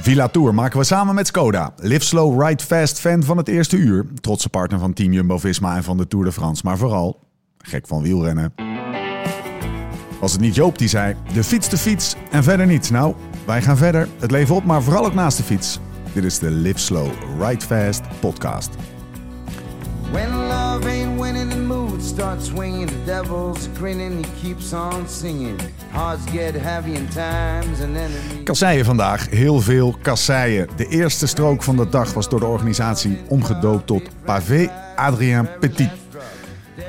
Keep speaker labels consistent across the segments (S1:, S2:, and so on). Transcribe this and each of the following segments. S1: Villa Tour maken we samen met Skoda. Live slow, ride fast fan van het eerste uur. Trotse partner van Team Jumbo-Visma en van de Tour de France. Maar vooral, gek van wielrennen. Was het niet Joop die zei, de fiets de fiets en verder niets. Nou, wij gaan verder. Het leven op, maar vooral ook naast de fiets. Dit is de Live Slow, Ride Fast podcast.
S2: When love ain't winning, the mood starts swinging. The devil's grinning, he keeps on singing. Hearts get heavy in times and enemies.
S1: Kasseien vandaag, heel veel kasseien. De eerste strook van de dag was door de organisatie omgedoopt tot Pavé Adrien Petit.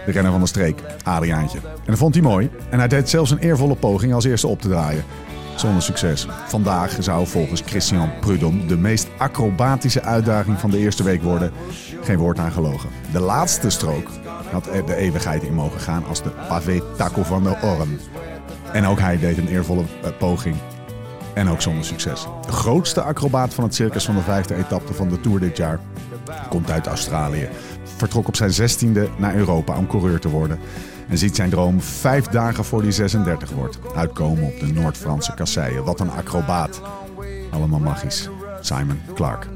S1: De renner van de streek, Adriaantje. En dat vond hij mooi. En hij deed zelfs een eervolle poging als eerste op te draaien. Zonder succes. Vandaag zou volgens Christian Prudhomme de meest acrobatische uitdaging van de eerste week worden. Geen woord aan gelogen. De laatste strook had er de eeuwigheid in mogen gaan als de pavé taco van de Orm. En ook hij deed een eervolle eh, poging. En ook zonder succes. De grootste acrobaat van het circus van de vijfde etappe van de Tour dit jaar komt uit Australië. Vertrok op zijn zestiende naar Europa om coureur te worden. En ziet zijn droom vijf dagen voor die 36 wordt uitkomen op de Noord-Franse kasseien. Wat een acrobaat. Allemaal magisch. Simon Clark.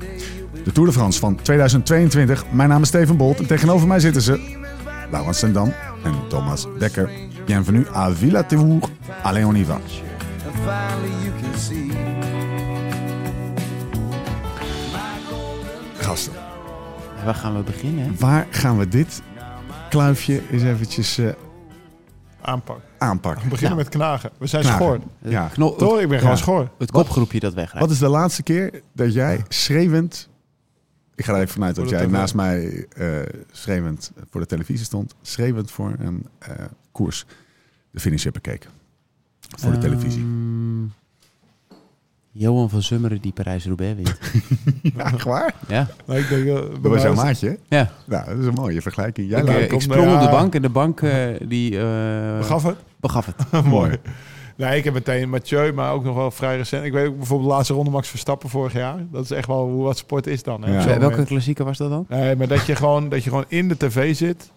S1: De Tour de France van 2022. Mijn naam is Steven Bolt en tegenover mij zitten ze... Laurens Sendam en Thomas Dekker. Bienvenue à Villa Thévour. Allez, on y va.
S2: And finally you can see.
S1: Gasten.
S3: Waar gaan we beginnen?
S1: Waar gaan we dit kluifje eens eventjes eh,
S4: aanpak.
S1: aanpakken?
S4: We beginnen
S3: Nou.
S4: met knagen. We zijn
S1: Knagen.
S4: schoor.
S1: Ja.
S3: Knol-
S4: Toch? Ik ben gewoon
S1: Ja.
S4: schoor.
S3: het kopgroepje dat wegrijdt.
S1: Wat is de laatste keer dat jij schreeuwend... Ik ga er even vanuit dat
S4: Voor de
S1: jij
S4: tv.
S1: naast mij eh schreeuwend voor de televisie stond. Schreeuwend voor een eh, koers. De finish heb bekeken. Voor
S3: Ah.
S1: de televisie.
S3: Ehm, Johan van Zummeren die Parijs-Roubaix wint.
S1: Ja, echt waar?
S3: ja.
S4: Nou, ik denk, eh, bij
S1: Dat was
S4: mij
S1: jouw
S4: is-
S1: maatje. hè?
S3: ja.
S1: Nou, dat is een mooie vergelijking. Jij
S3: Ik,
S4: nou,
S3: eh,
S1: laat
S4: dat
S3: ik
S4: komt,
S3: sprong
S4: nou
S3: op de
S4: ja.
S3: bank en de bank eh, die eh,
S4: Gaf het?
S3: begaf het.
S1: mooi.
S4: Nee, ik heb meteen Mathieu, maar ook nog wel vrij recent. Ik weet ook bijvoorbeeld de laatste ronde Max Verstappen vorig jaar. Dat is echt wel hoe wat sport is dan. Hè,
S1: Ja.
S4: op zo'n
S3: Eh, Welke
S4: moment.
S3: klassieker was dat dan?
S4: Nee, maar dat je, gewoon, dat je gewoon in de tv zit.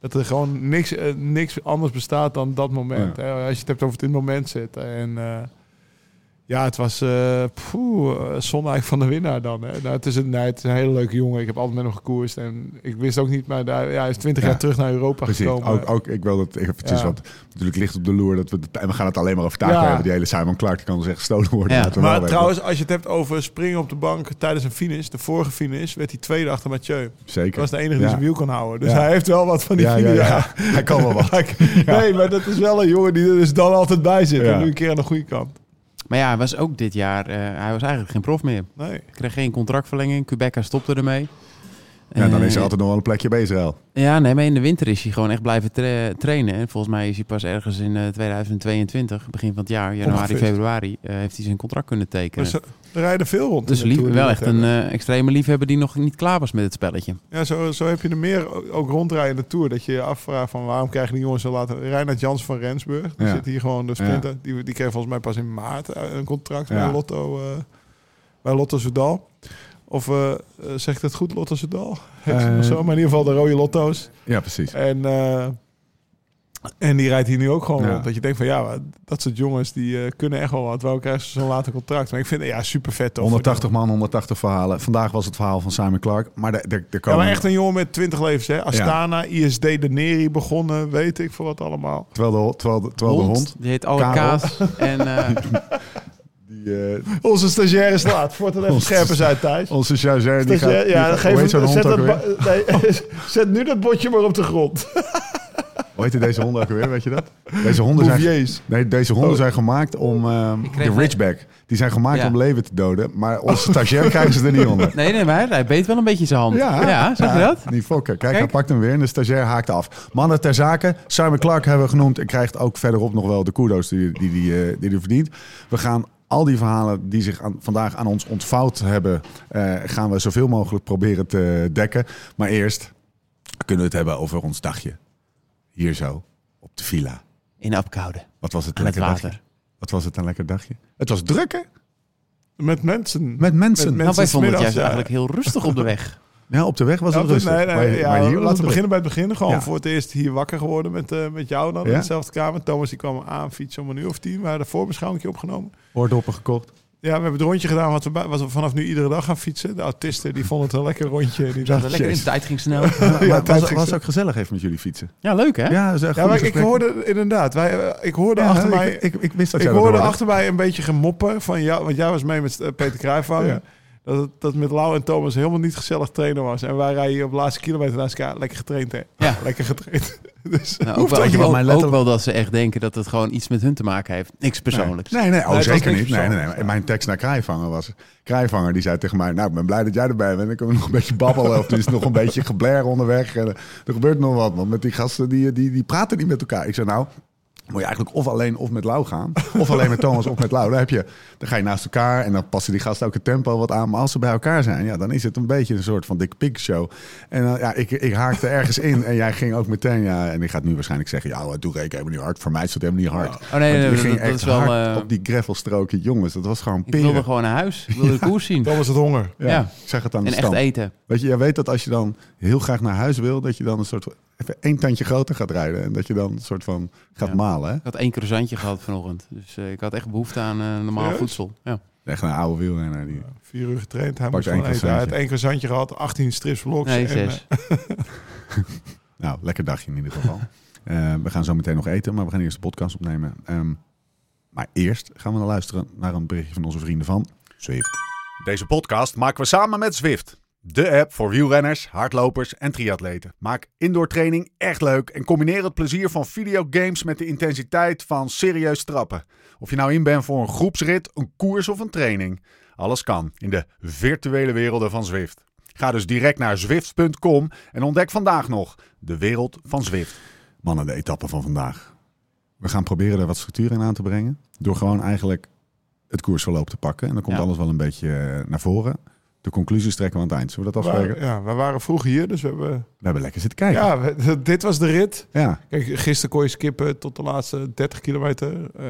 S4: Dat er gewoon niks, eh, niks anders bestaat dan dat moment.
S1: Ja.
S4: Hè? Als je het hebt over dit moment zitten. En eh, ja, het was eh poeh, eh, zonde eigenlijk van de winnaar dan. Hè? Nou, het, is een, nee, het is een hele leuke jongen. Ik heb altijd met hem gekoerst. En ik wist ook niet, maar daar, ja, hij is twintig
S1: Ja.
S4: jaar terug naar Europa
S1: Precies.
S4: gekomen.
S1: Ook, ook, ik wil dat eventjes,
S4: Ja.
S1: want natuurlijk ligt op de loer dat we... En we gaan het alleen maar over taak
S4: Ja.
S1: hebben. Die hele Simon Clark die kan dus echt gestolen worden.
S3: Ja.
S1: Dat we wel
S4: Maar
S1: weten.
S4: trouwens, als je het hebt over springen op de bank tijdens een finish, de vorige finish, werd hij tweede achter Mathieu.
S1: Zeker.
S4: Dat was de enige die
S1: Ja.
S4: zijn wiel kon houden. Dus
S1: Ja.
S4: hij heeft wel wat van die
S1: ja, ja,
S4: video.
S1: ja. Hij kan wel wat.
S4: Nee, maar dat is wel een jongen die er dus dan altijd bij zit.
S1: Ja.
S4: En nu een keer aan de goede kant.
S3: Maar ja, hij was ook dit jaar, eh, hij was eigenlijk geen prof meer.
S4: Nee.
S3: Kreeg geen contractverlenging, Quebeca stopte ermee.
S1: Ja, dan
S3: Eh,
S1: is er altijd nog wel een plekje bij Israël.
S3: Ja, nee, maar in de winter is hij gewoon echt blijven tra- trainen. En volgens mij is hij pas ergens in eh, 2022, begin van het jaar, januari,
S4: Ongeveer.
S3: februari, eh, heeft hij zijn contract kunnen tekenen.
S4: Dus er er rijden veel rond.
S3: Dus
S4: in de
S3: lief,
S4: Tour
S3: wel
S4: die
S3: echt
S4: dat
S3: een
S4: hebben.
S3: eh, extreme liefhebber die nog niet klaar was met het spelletje.
S4: Ja, zo, zo heb je er meer o- ook rondrijden in de Tour. Dat je je afvraagt van waarom krijgen die jongens zo laat... Reinhard Jans van Rensburg, die
S1: Ja.
S4: zit hier gewoon de sprinter. Die, die kreeg volgens mij pas in maart eh, een contract
S1: Ja.
S4: bij, Lotto, eh bij Lotto Soudal. Of eh eh, zeg ik het goed, Lotto Soudal? Heet
S1: Eh,
S4: ze nog zo, maar in ieder geval de rode Lotto's.
S1: Ja, precies.
S4: En, eh, en die rijdt hier nu ook gewoon
S1: Ja.
S4: rond. Dat je denkt van ja, maar dat soort jongens die eh, kunnen echt wel wat. Waarom krijgen ze zo'n later contract? Maar ik vind het ja, super vet. toch?
S1: 180 man, 180 verhalen. Vandaag was het verhaal van Simon Clark. Maar er, er, er
S4: Ja,
S1: komen...
S4: maar echt een jongen met 20 levens. Hè? Astana, ISD, de Neri begonnen, weet ik voor wat allemaal.
S1: Terwijl de, terwijl de, terwijl de hond...
S3: Die heet alle
S1: Karel.
S3: kaas. En eh,
S1: Die, eh,
S4: Onze stagiair is laat. Voort het even
S1: Onze
S4: scherp eens uit, Thijs.
S1: onze stagiair, die gaat...
S4: Stagiair,
S1: die
S4: ja,
S1: gaat-
S4: geef
S1: hoe heet
S4: hem-
S1: zo'n hond
S4: zet,
S1: ook
S4: dat
S1: weer?
S4: ba- nee, zet nu dat botje maar op de grond.
S1: Hoe heette deze honden ook weer, weet je dat? Deze honden zijn,
S4: Bouviers.
S1: nee, deze honden zijn gemaakt om... ehm,
S3: kreeg-
S1: de Ridgeback. Die zijn gemaakt
S3: Ja.
S1: om leven te doden. Maar onze stagiair krijgen ze er niet onder.
S3: nee, nee, maar hij beet wel een beetje in zijn hand.
S1: Ja,
S3: Ja, zag je
S1: Ja,
S3: dat?
S1: Niet fokken. Kijk, hij
S3: Kijk.
S1: pakt hem weer en de stagiair haakt af. Mannen ter zake. Simon Clark hebben we genoemd en krijgt ook verderop nog wel de kudos die hij die, die, eh, die die verdient. We gaan al die verhalen die zich aan, vandaag aan ons ontvouwd hebben, eh, gaan we zoveel mogelijk proberen te dekken. Maar eerst kunnen we het hebben over ons dagje. Hier zo, op de villa.
S3: In Apkoude,
S1: Wat was het een
S3: aan het
S1: lekker
S3: water.
S1: dagje? Wat was het een lekker dagje? Het was druk, hè?
S4: Met mensen.
S1: Met mensen.
S4: Met- met-
S3: Nou, wij vonden het
S4: Middags,
S3: juist
S4: ja.
S3: eigenlijk heel rustig op de weg.
S1: Ja, op de weg was
S4: Ja,
S1: het
S4: dus-
S1: rustig.
S4: nee, nee,
S1: maar,
S4: ja,
S1: maar hier was het
S4: laten we
S1: druk.
S4: beginnen bij het begin. Gewoon
S1: Ja.
S4: voor het eerst hier wakker geworden met, eh, met jou dan
S1: Ja.
S4: in dezelfde kamer. Thomas die kwam aan fietsen om een uur of tien. We hadden een voorbeschouwing opgenomen.
S1: Oordoppen gekocht.
S4: Ja, we hebben het rondje gedaan wat we, bij- wat we vanaf nu iedere dag gaan fietsen. De autisten die vonden het een lekker rondje. Die
S3: Dat
S4: dachten,
S3: lekker in,
S4: "Jezus."
S3: de tijd ging snel.
S1: Maar
S4: Ja,
S1: het
S4: tijd
S1: was,
S4: ging
S1: was
S4: zo.
S1: ook gezellig even met jullie fietsen.
S3: Ja, leuk hè?
S1: Ja, dat is echt
S4: Ja,
S1: goed
S4: maar ik
S1: gesprek.
S4: hoorde inderdaad, wij, eh, ik hoorde
S1: Ja,
S4: achter
S1: ik-
S4: mij...
S1: Ik, ik, ik wist dat
S4: Ik
S1: jij dat
S4: hoorde
S1: hoorde.
S4: achter mij een beetje gemoppen van jou, want jij was mee met eh, Peter Cruijffhanger.
S1: Ja.
S4: Dat het dat met Lau en Thomas helemaal niet gezellig trainen was. En wij rijden hier op de laatste kilometer naast elkaar. Lekker getraind, hè?
S3: Ja.
S4: Lekker getraind. Dus,
S3: Nou, ook,
S1: dat
S3: wel, ook,
S1: je wel mij
S3: ook
S1: letterlijk-
S3: wel dat ze echt denken dat het gewoon iets met hun te maken heeft. Niks persoonlijks.
S1: Nee, nee, oh,
S4: Nee, het was
S1: zeker
S4: niks
S1: niet. Nee, nee, nee.
S4: persoonlijks.
S1: Mijn tekst naar Krijvanger was... Krijvanger die zei tegen mij... Nou, ik ben blij dat jij erbij bent. Dan kunnen we nog een beetje babbelen. Of er is nog een beetje gebler onderweg. En, eh, er gebeurt nog wat, man. Met die gasten, die, die, die praten niet met elkaar. Ik zei, nou... Moet je eigenlijk of alleen of met Lau gaan. Of alleen met Thomas of met Lau. Dan, heb je, dan ga je naast elkaar en dan passen die gasten ook het tempo wat aan. Maar als ze bij elkaar zijn, ja, dan is het een beetje een soort van Dick Pig show. En eh, ja, ik, ik haakte ergens in en jij ging ook meteen. Ja, en ik ga het nu waarschijnlijk zeggen. Ja, hoor, doe reken helemaal niet hard. Voor mij is het helemaal niet hard.
S3: Oh, nee,
S1: Want
S3: nee,
S1: je
S3: nee,
S1: ging
S3: dat- dat
S1: echt
S3: is wel,
S1: hard
S3: eh,
S1: op die gravelstrookje, jongens. Dat was gewoon
S3: Ik wilde
S1: peren.
S3: gewoon naar huis. Ik wilde de koers zien.
S4: Dan was het eh, honger.
S1: Ja,
S3: ja.
S1: Ik zeg het aan de
S3: En echt e-
S1: stand.
S3: eten.
S1: Weet je, jij weet dat als je dan heel graag naar huis wil, dat je dan een soort even één tandje groter gaat rijden en dat je dan een soort van gaat
S3: Ja.
S1: malen. Hè?
S3: Ik had één croissantje gehad vanochtend. Dus eh, ik had echt behoefte aan eh, normaal
S4: Serieus?
S3: voedsel. Ja.
S1: Echt een oude wielrenner. Die...
S4: Vier uur getraind. Hij
S1: Pakt
S4: moest gewoon
S1: één
S4: eten. Hij had
S1: croissantje.
S4: één croissantje gehad, 18 strips vlogs.
S3: Nee,
S4: en,
S1: eh,
S4: eh,
S3: zes.
S1: Nou, lekker dagje in ieder geval. Eh, we gaan zo meteen nog eten, maar we gaan eerst de podcast opnemen. Ehm, maar eerst gaan we dan luisteren naar een berichtje van onze vrienden van Zwift.
S5: Deze podcast maken we samen met Zwift. De app voor wielrenners, hardlopers en triatleten. Maak indoor training echt leuk en combineer het plezier van videogames met de intensiteit van serieus trappen. Of je nou in bent voor een groepsrit, een koers of een training. Alles kan in de virtuele werelden van Zwift. Ga dus direct naar zwift.com en ontdek vandaag nog de wereld van Zwift.
S1: Mannen, de etappe van vandaag. We gaan proberen er wat structuur in aan te brengen. Door gewoon eigenlijk het koersverloop te pakken. En dan komt
S3: Ja.
S1: alles wel een beetje eh, naar voren. De conclusies trekken we aan het eind. Zullen we dat
S4: eh,
S1: afspreken?
S4: waar- ja, we waren vroeg hier, dus we hebben...
S1: We hebben lekker zitten kijken. Ja.
S4: Ja, we- dit was de rit.
S1: ja.
S4: Kijk, gisteren kon je skippen tot de laatste 30 kilometer. Eh,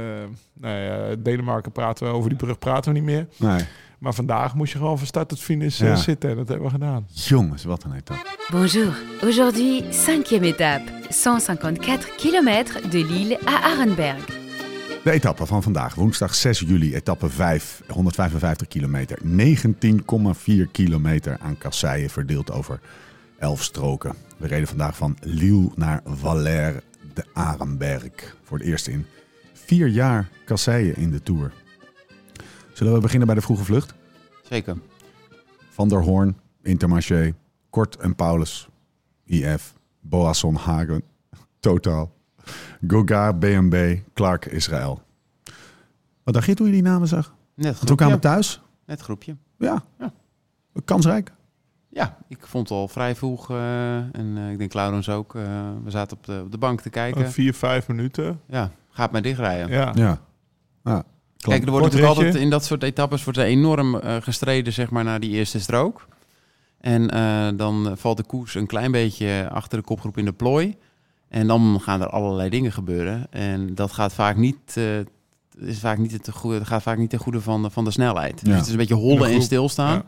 S4: nou ja, Denemarken praten we over die brug praten we niet meer.
S1: Nee.
S4: Maar vandaag moest je gewoon van start tot finish eh,
S1: Ja.
S4: zitten. En dat hebben we gedaan.
S1: Jongens, wat een etappe.
S6: Bonjour, aujourd'hui cinquième étape, 154 km de Lille à Arenberg.
S1: De etappe van vandaag, woensdag 6 juli, etappe 5, 155 kilometer. 19,4 kilometer aan kasseien verdeeld over 11 stroken. We reden vandaag van Lille naar Valère de Arenberg. Voor het eerst in vier jaar kasseien in de Tour. Zullen we beginnen bij de vroege vlucht?
S3: Zeker.
S1: Van der Hoorn, Intermarché, Kort en Paulus, IF, Boasson Hagen, Totaal, Gogar, BNB, Clark, Israël. Wat dacht je toen je die namen zag?
S3: Net
S1: Want toen kwamen we
S3: groepje.
S1: thuis.
S3: Net groepje.
S1: Ja.
S3: Ja.
S1: Kansrijk.
S3: Ja, ik vond het al vrij vroeg. eh, en eh, ik denk Laurens ook. eh, we zaten op de, op de bank te kijken.
S4: Vier, vijf minuten.
S3: Ja, gaat maar dichtrijden.
S4: Ja.
S1: Ja. ja.
S3: Kijk, er wordt natuurlijk
S4: Kort ritje.
S3: altijd in dat soort etappes wordt er enorm eh, gestreden zeg maar, naar die eerste strook. En eh, dan valt de koers een klein beetje achter de kopgroep in de plooi. En dan gaan er allerlei dingen gebeuren. En dat gaat vaak niet, eh, is vaak niet het goede, gaat vaak niet ten goede van de, van de snelheid.
S1: Ja.
S3: Dus het is een beetje
S4: In de
S3: hollen en
S4: groep,
S3: stilstaan.
S4: ja.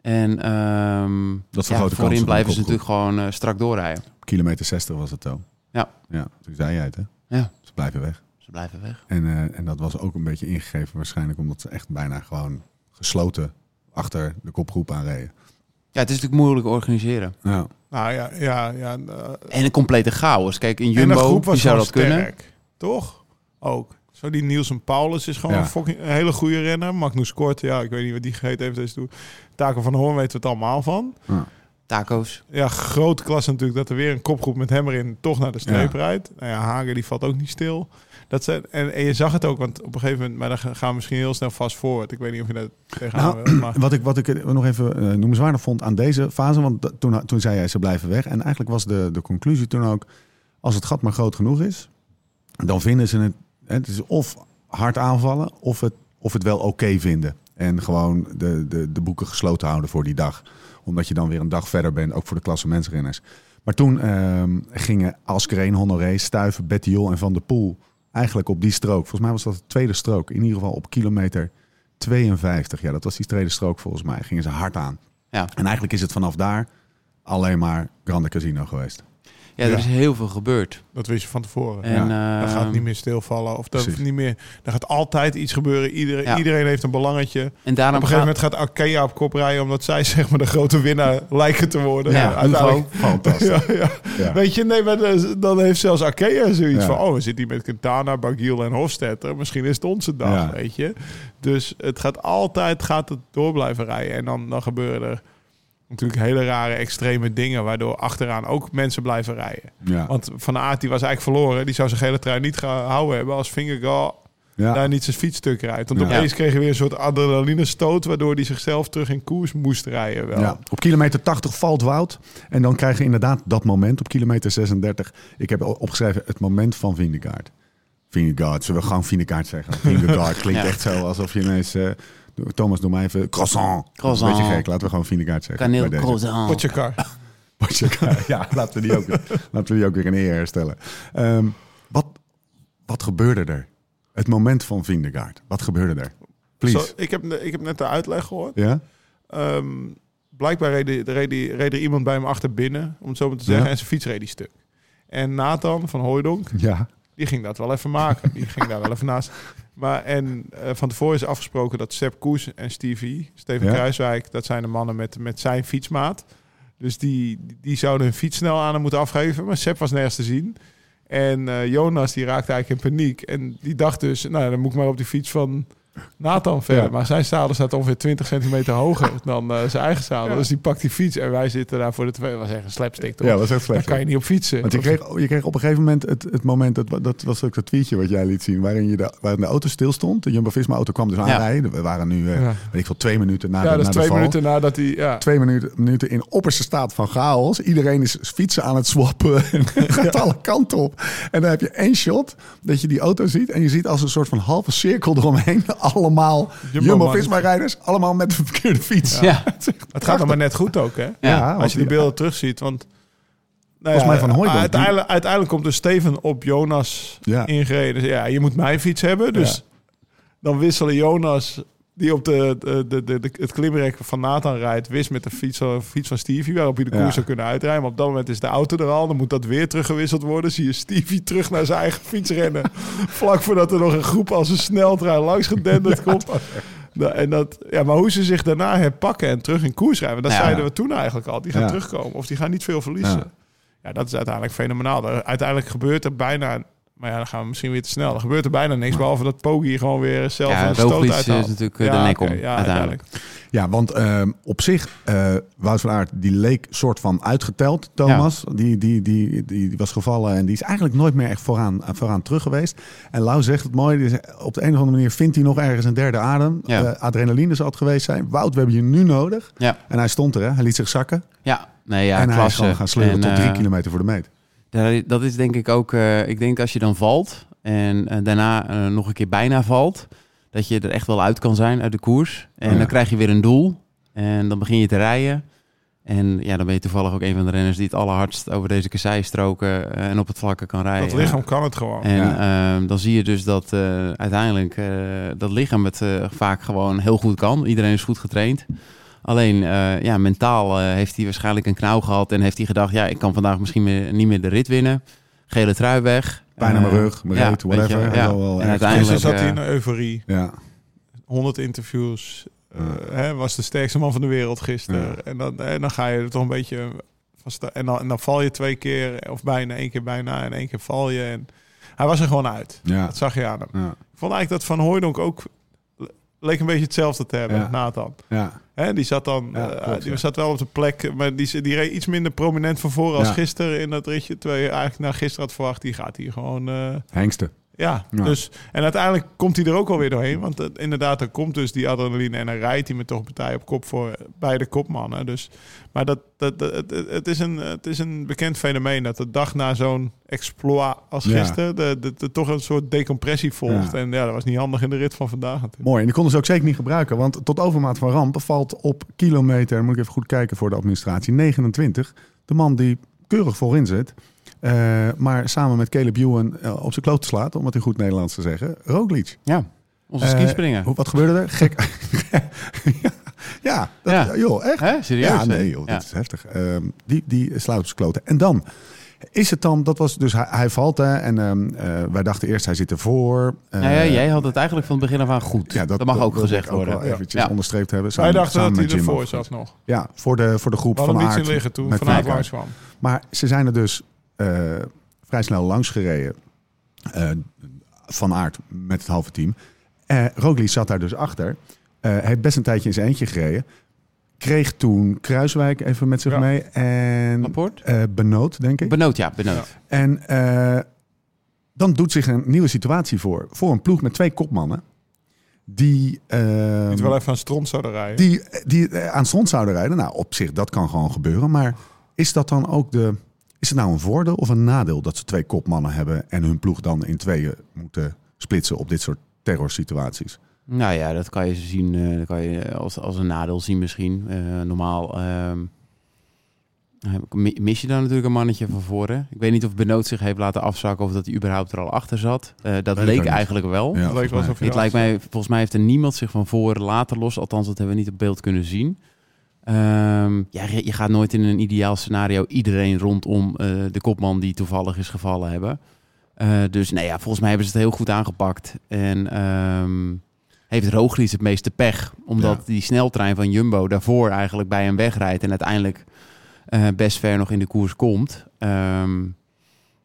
S3: En ehm,
S1: Dat is de
S3: ja,
S1: grote kans
S3: voorin
S1: van de
S3: blijven ze
S1: kopgroep.
S3: natuurlijk gewoon eh, strak doorrijden.
S1: Kilometer 60 was het zo.
S3: Ja.
S1: Ja, toen zei jij het hè.
S3: Ja.
S1: Ze blijven weg.
S3: Ze blijven weg.
S1: En, eh, en dat was ook een beetje ingegeven waarschijnlijk omdat ze echt bijna gewoon gesloten achter de kopgroep aanreden.
S3: Ja, het is natuurlijk moeilijk organiseren.
S1: Ja.
S4: Nou ja, ja, ja. eh,
S3: En een complete chaos. Kijk, in
S4: en de
S3: Jumbo,
S4: groep
S3: die zou
S4: was gewoon
S3: dat kunnen.
S4: sterk. Toch? Ook. Zo die Nielsen Paulus is gewoon
S1: Ja.
S4: een, fucking, een hele goede renner. Magnus Kort, ja, ik weet niet wat die gegeten heeft deze toer. Taco van Hoorn weten we het allemaal van.
S3: Taco's.
S4: Ja, grote klas natuurlijk dat er weer een kopgroep met hem erin toch naar de streep rijdt. Nou ja, Hagen die valt ook niet stil. Dat zijn, en, en je zag het ook, want op een gegeven moment, maar dan gaan we misschien heel snel vast vooruit. Ik weet niet of je dat tegenaan
S1: Nou,
S4: wil, maar
S1: Wat ik, wat ik eh, nog even eh, noemenswaardig vond aan deze fase, want da- toen, toen zei jij ze blijven weg. En eigenlijk was de, de conclusie toen ook, als het gat maar groot genoeg is, dan vinden ze het, hè, het is of hard aanvallen of het, of het wel oké vinden. En gewoon de, de, de boeken gesloten houden voor die dag. Omdat je dan weer een dag verder bent, ook voor de klassementsrenners. Maar toen ehm, gingen Askreen, Honoré, Stuiven, Bettiol en Van der Poel eigenlijk op die strook. Volgens mij was dat de tweede strook. In ieder geval op kilometer 52. Ja, dat was die tweede strook volgens mij. Gingen ze hard aan.
S3: Ja.
S1: En eigenlijk is het vanaf daar alleen maar Grande Casino geweest.
S3: Ja, er
S4: Ja.
S3: is heel veel gebeurd.
S4: Dat wist je van tevoren.
S3: En,
S4: dat
S3: eh,
S4: gaat niet meer stilvallen. Of dat
S1: precies.
S4: niet meer. Er gaat altijd iets gebeuren. Iedereen,
S3: Ja.
S4: iedereen heeft een belangetje. Op
S3: en
S4: een
S3: daarom
S4: gegeven
S3: gaat...
S4: moment gaat Arkea op kop rijden. Omdat zij zeg maar de grote winnaar lijken te worden.
S3: Ja,
S4: uiteindelijk.
S1: Fantastisch.
S4: Ja, ja.
S1: Ja.
S4: Weet je, nee, maar de- dan heeft zelfs Arkea zoiets
S1: Ja.
S4: van... oh, we zitten hier met Quintana, Bagiel en Hofstetter. Misschien is het onze dag,
S1: Ja.
S4: weet je. Dus het gaat altijd gaat het door blijven rijden. En dan, dan gebeuren er natuurlijk hele rare extreme dingen... waardoor achteraan ook mensen blijven rijden.
S1: Ja.
S4: Want Van Aert die was eigenlijk verloren. Die zou zijn gele trui niet gehouden hebben als Fingergaal
S1: Ja.
S4: daar niet zijn fietsstuk rijdt. Want
S1: Ja.
S4: opeens kreeg hij weer een soort adrenaline stoot... waardoor hij zichzelf terug in koers moest rijden wel.
S1: Ja, op kilometer 80 valt Wout. En dan krijg je inderdaad dat moment op kilometer 36. Ik heb opgeschreven het moment van Vindegaard. Vindegaard, zullen we gewoon Vindegaard zeggen? Vindegaard klinkt
S3: Ja.
S1: echt zo alsof je ineens... eh, Thomas, doe mij even croissant.
S3: Croissant.
S1: Dat is een beetje gek, laten we gewoon Vindegaard zeggen.
S3: Kaneel
S1: bij deze.
S3: Croissant.
S4: Potjekar.
S1: Potjekar. ja, laten we, die ook, weer- laten we die ook weer in eer herstellen. Ehm, wat, wat gebeurde er? Het moment van Vindegaard. Wat gebeurde er? Please.
S4: Zo, ik, heb, ne- ik heb net de uitleg gehoord.
S1: Ja?
S4: Ehm, blijkbaar reed, die- reed, die- reed er iemand bij hem achter binnen, om het zo maar te zeggen, en zijn fiets reed die stuk. En Nathan van Hooijdonk,
S1: Ja.
S4: die ging dat wel even maken. Die ging daar wel even naast. Maar en eh, van tevoren is afgesproken dat Sepp Koes en Stevie, Steven
S1: Ja.
S4: Kruiswijk, dat zijn de mannen met, met zijn fietsmaat. Dus die, die zouden hun fiets snel aan hem moeten afgeven. Maar Sepp was nergens te zien. En eh, Jonas die raakte eigenlijk in paniek. En die dacht dus, nou dan moet ik maar op die fiets van Nathan verder.
S1: Ja.
S4: Maar zijn zadel staat ongeveer 20 centimeter hoger dan eh, zijn eigen zadel. Dus die pakt die fiets en wij zitten daar voor de twee. Dat was echt een slapstick toch?
S1: ja, dat is echt
S4: daar
S1: slecht.
S4: kan je niet op fietsen.
S1: Want je kreeg, je kreeg op een gegeven moment het, het moment, dat, dat was ook dat tweetje wat jij liet zien, waarin, je de, waarin de auto stil stond. De Jumbo-Visma-auto kwam dus aanrijden. We waren nu, eh
S4: Ja.
S1: weet ik veel, twee minuten na de,
S4: ja, dat
S1: na
S4: is
S1: de
S4: twee
S1: val.
S4: minuten nadat hij... Ja.
S1: Twee minuten, minuten in opperste staat van chaos. Iedereen is fietsen aan het swappen. En gaat alle kanten op. En dan heb je één shot dat je die auto ziet. En je ziet als een soort van halve cirkel eromheen. Allemaal
S4: Jumbo-man.
S1: Jumbo-Visma-rijders. Allemaal met de verkeerde fiets.
S3: Ja.
S4: Het gaat dan maar net goed ook, hè?
S3: Ja,
S1: want
S4: Als je die
S1: die-
S4: beelden terugziet, want... Nou
S1: Volgens mij van Hooijdonk, die-
S4: Uiteindelijk, uiteindelijk komt dus Steven op Jonas
S1: Ja.
S4: ingereden. Dus Ja, je moet mijn fiets hebben, dus dan wisselen Jonas... Die op de, de, de, de, de- het klimrek van Nathan rijdt, wist met de fiets, van- fiets van Stevie, waarop je de koers
S1: Ja.
S4: zou kunnen uitrijden. Maar op dat moment is de auto er al, dan moet dat weer teruggewisseld worden. Zie je Stevie terug naar zijn eigen fiets rennen, vlak voordat er nog een groep als een sneltrein langs gedenderd komt. Nou, en dat, ja, maar hoe ze zich daarna herpakken en terug in koers rijden, dat
S3: Ja.
S4: zeiden we toen eigenlijk al. Die gaan
S1: Ja.
S4: terugkomen of die gaan niet veel verliezen.
S1: Ja.
S4: Ja, dat is uiteindelijk fenomenaal. Er- Uiteindelijk gebeurt er bijna, maar ja, dan gaan we misschien weer te snel. Er gebeurt er bijna niks, behalve dat Poggi gewoon weer zelf
S3: Ja,
S4: een stoot
S3: Roglic
S4: uithaalt.
S3: is natuurlijk, eh, de nek om,
S4: oké,
S3: uiteindelijk.
S1: Ja, want ehm, op zich, eh Wout van Aert, die leek soort van uitgeteld, Thomas. Die, die, die, die, die was gevallen en die is eigenlijk nooit meer echt vooraan, vooraan terug geweest. En Lau zegt het mooi, die is- op de een of andere manier vindt hij nog ergens een derde adem.
S3: Ja.
S1: Eh, adrenaline zal het geweest zijn. Wout, we hebben je nu nodig.
S3: Ja.
S1: En hij stond er, hè? hij liet zich zakken.
S3: Ja, nee, ja,
S1: en hij is
S3: klasse.
S1: gewoon gaan sleuren
S3: En,
S1: tot drie
S3: eh,
S1: kilometer voor de meet.
S3: daar- Dat is denk ik ook... eh, ik denk als je dan valt en eh, daarna eh, nog een keer bijna valt... dat je er echt wel uit kan zijn uit de koers. En
S1: Oh Ja.
S3: dan krijg je weer een doel. En dan begin je te rijden. En ja, dan ben je toevallig ook een van de renners... die het allerhardst over deze kasseistroken eh, en op het vlakke kan rijden.
S4: Dat lichaam kan het gewoon. Dus
S3: En
S1: Oh, Ja.
S3: ehm, dan zie je dus dat eh, uiteindelijk eh, dat lichaam het eh, vaak gewoon heel goed kan. Iedereen is goed getraind. Alleen eh, ja, mentaal eh, heeft hij waarschijnlijk een knauw gehad en heeft hij gedacht: ja, ik kan vandaag misschien meer- niet meer de rit winnen. Gele trui weg. Eh,
S1: Pijn aan mijn rug, mijn
S3: ja,
S1: reet,
S3: weet je,
S1: whatever. En
S3: ja.
S1: zo wel
S3: En
S1: ergens.
S4: Dus dan
S3: uiteindelijk,
S4: zat hij
S3: eh,
S4: in een euforie.
S1: Ja,
S4: 100 interviews. eh,
S1: Ja.
S4: hè, was de sterkste man van de wereld gisteren.
S1: Ja.
S4: En, dan, en dan ga je er toch een beetje van sta- en, dan, en dan val je twee keer, of bijna één keer bijna, en één keer val je. En hij was er gewoon uit.
S1: ja,
S4: Dat zag je aan hem.
S1: ja,
S4: Ik vond eigenlijk dat Van Hooijdonk ook le- leek een beetje hetzelfde te hebben,
S1: Ja.
S4: Nathan.
S1: ja.
S4: Hè, die zat dan,
S1: Ja,
S4: eh,
S1: klopt,
S4: die
S1: ja.
S4: zat wel op de plek, maar die, die reed iets minder prominent van voren als
S1: Ja.
S4: gisteren in dat ritje. Terwijl je eigenlijk na gisteren had verwacht, die gaat hier gewoon... eh,
S1: Hengsten.
S4: ja,
S1: Ja.
S4: dus en uiteindelijk komt hij er ook alweer doorheen. Want het, inderdaad, er komt dus die adrenaline en dan rijdt hij met toch een partij op kop voor beide kopmannen. Dus, maar dat, dat, dat- het, het- het, is een, het is een bekend fenomeen dat de dag na zo'n exploit als
S1: Ja.
S4: gisteren de, de, de- toch een soort decompressie volgt.
S1: Ja.
S4: En ja, dat was niet handig in de rit van vandaag natuurlijk.
S1: Mooi, en die konden ze ook zeker niet gebruiken. Want tot overmaat van rampen valt op kilometer, moet ik even goed kijken voor de administratie, 29. De man die keurig voorin zit, eh, maar samen met Caleb Ewan eh, op zijn kloot slaat, om het in goed Nederlands te zeggen, Roglic.
S3: Ja, onze
S1: Eh,
S3: skispringer.
S1: Hoe- Wat gebeurde er? Gek. ja, dat,
S3: Ja.
S1: joh, echt.
S3: Hè? Serieus?
S1: Ja,
S3: hè?
S1: nee joh,
S3: Ja.
S1: dat is heftig. Ehm, die, die slaat op zijn kloten. En dan Is het dan, dat was dus hij, hij valt hè, en ehm, eh, wij dachten eerst hij zit ervoor. Eh,
S3: Nou ja, jij had het eigenlijk van het begin af aan goed.
S1: ja,
S3: dat, mag ook
S1: wil ik
S3: gezegd worden.
S1: wel eventjes
S3: Ja.
S1: onderstreept hebben. Samen,
S4: Wij dachten
S1: samen
S4: dat hij
S1: met Jim
S4: ervoor
S1: ook.
S4: zat nog.
S1: Ja, voor de, voor de
S4: We
S1: groep
S4: hadden
S1: van
S4: niets in
S1: Aard.
S4: liggen toen
S1: met Ehm,
S4: vanuit
S1: Feyenoord.
S4: langs kwam.
S1: Maar ze zijn er dus eh, vrij snel langs gereden. eh, van Aert met het halve team. Eh Roglic zat daar dus achter. Eh heeft best een tijdje in zijn eentje gereden. Kreeg toen Kruiswijk even met zich
S4: Ja.
S1: mee. En
S3: Laporte?
S1: eh Benoot, denk ik.
S3: Benoot, ja, benoot.
S1: en eh, dan doet zich een nieuwe situatie voor. Voor een ploeg met twee kopmannen. Die, eh,
S4: Niet wel even aan Strom zouden rijden.
S1: die, die eh, aan het strand zouden rijden. Nou, op zich, dat kan gewoon gebeuren. Maar is dat dan ook de. Is het nou een voordeel of een nadeel dat ze twee kopmannen hebben en hun ploeg dan in tweeën moeten splitsen op dit soort terrorsituaties?
S3: Nou ja, dat kan je zien. eh, dat kan je als, als een nadeel zien misschien. Eh, normaal ehm, eh, mi- mis je dan natuurlijk een mannetje van voren. Ik weet niet of Benoot zich heeft laten afzakken of dat hij überhaupt er al achter zat. Eh, dat
S1: dat
S3: leek
S1: kan niet.
S3: eigenlijk wel.
S1: Ja,
S4: Het leek wel
S1: volgens
S4: alsof je
S3: Het
S4: aan-
S3: lijkt mij, volgens mij heeft er niemand zich van voren laten los. Althans, dat hebben we niet op beeld kunnen zien. Ehm, ja, je je gaat nooit in een ideaal scenario iedereen rondom eh, de kopman die toevallig is gevallen hebben. Eh, dus nee, ja, volgens mij hebben ze het heel goed aangepakt. En ehm, heeft Roglic het meeste pech. Omdat
S1: Ja.
S3: die sneltrein van Jumbo daarvoor eigenlijk bij hem wegrijdt. En uiteindelijk eh, best ver nog in de koers komt. Ehm,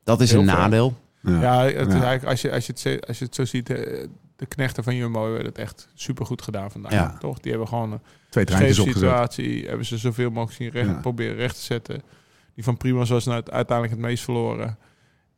S3: dat is
S4: Heel
S3: een
S4: ver.
S3: nadeel.
S1: mij-
S4: Ja, het is
S1: Ja.
S4: eigenlijk, als, je, als, je het, zo- als je het zo ziet, eh, de knechten van Jumbo hebben het echt supergoed gedaan vandaag.
S1: Ja.
S4: Toch? Die hebben gewoon
S1: Twee
S4: een
S1: treintjes opgezet.
S4: situatie, hebben ze zoveel mogelijk zien recht,
S1: Ja.
S4: proberen recht te zetten. Die van Primoz was nou het- uiteindelijk het meest verloren.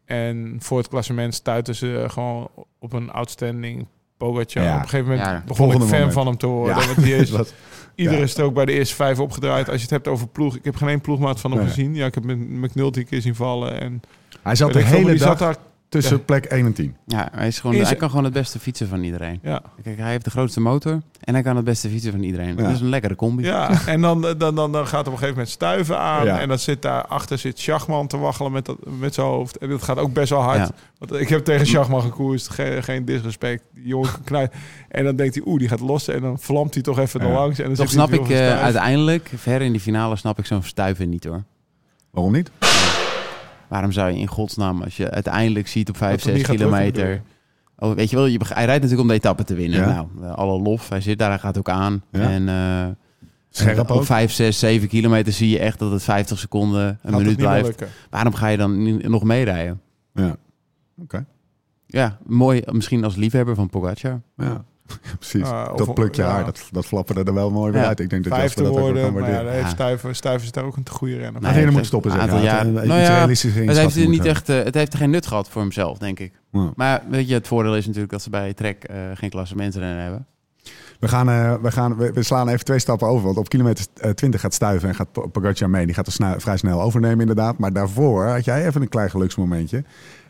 S4: En voor het klassement stuiten ze gewoon op een outstanding Pogacar.
S1: Ja.
S4: Op een gegeven moment
S3: Ja.
S4: begon ik
S1: Volgende
S4: fan
S1: moment.
S4: van hem te worden.
S1: Ja.
S4: Want die is,
S1: Dat-
S4: Iedereen
S1: Ja.
S4: is er ook bij de eerste vijf opgedraaid. Als je het hebt over ploeg, ik heb geen één ploegmaat van hem
S1: Nee.
S4: gezien. Ja, ik heb met McNulty een keer zien vallen. En
S1: Hij zat de
S4: Weet ik veel, maar
S1: hele
S4: die
S1: dag
S4: zat daar.
S1: tussen
S4: Ja.
S1: plek 1 en 10.
S3: Ja, hij, is gewoon,
S4: Is-
S3: hij kan gewoon het beste fietsen van iedereen.
S4: Ja.
S3: Kijk, hij heeft de grootste motor en hij kan het beste fietsen van iedereen.
S1: Ja.
S3: Dat is een lekkere combi.
S4: Ja, dus en dan, dan, dan, dan gaat op een gegeven moment stuiven aan.
S1: Ja.
S4: En dan zit daar achter zit Schachman te waggelen met, dat, met zijn hoofd. En dat gaat ook best wel hard.
S3: Ja.
S4: Want ik heb tegen Schachman gekoerst. Geen, geen disrespect. Die Jongen kan knijpen. En dan denkt hij, oeh, die gaat lossen. En dan vlamt hij toch even
S1: Ja.
S4: er langs. En dan
S3: Toch
S4: zit hij
S3: snap ik
S4: natuurlijk
S3: eh,
S4: wel verstijfd.
S3: uiteindelijk, ver in die finale, snap ik zo'n stuiven niet hoor.
S1: Waarom niet?
S3: Waarom zou je in godsnaam, als je uiteindelijk ziet op 5,
S4: Dat het
S3: 6
S4: niet gaat lukken,
S3: kilometer... Oh, weet je wel, je, beg- hij rijdt natuurlijk om de etappe te winnen.
S1: Ja.
S3: Nou, eh, alle lof, hij zit daar, hij gaat ook aan.
S1: Ja.
S3: En eh,
S1: Scherp ook.
S3: op 5, 6, 7 kilometer zie je echt dat het 50 seconden, een
S4: Gaat
S3: minuut
S4: het niet meer
S3: blijft.
S4: lukken.
S3: Waarom ga je dan ni- nog meerijden?
S1: Ja.
S3: Ja, mooi, misschien als liefhebber van Pogacar.
S1: ja. Precies.
S4: Ah, of-
S1: dat plukje
S4: ja.
S1: haar, dat, dat flapperde er wel mooi weer
S3: Ja.
S1: uit. Ik denk dat
S4: Vijf
S1: Jasper
S4: te
S1: dat ook wel
S4: worden.
S1: kan
S4: Maar ja,
S1: waarderen.
S4: daar heeft
S3: Ja.
S4: Stuiven, Stuiven is daar ook een te goede renner.
S3: Nee,
S1: Nee,
S3: het
S1: dan moet
S3: heeft
S1: stoppen
S3: een
S1: zeggen.
S3: aantal
S1: Ja,
S3: jaar-
S1: het-
S3: Nou
S1: iets
S3: ja,
S1: realistischer
S3: Het heeft,
S1: inschatting
S3: niet
S1: moet
S3: echt, eh, het heeft geen nut gehad voor hemzelf, denk ik.
S1: zijn. Ja.
S3: Maar weet je, het voordeel is natuurlijk dat ze bij Trek eh, geen klassementsrennen hebben.
S1: We, gaan, eh, we, gaan, we, we slaan even twee stappen over. Want op kilometer eh, 20 gaat stuiven en gaat Po- Pogacar mee. Die gaat er snu- vrij snel overnemen inderdaad. Maar daarvoor had jij even een klein geluksmomentje.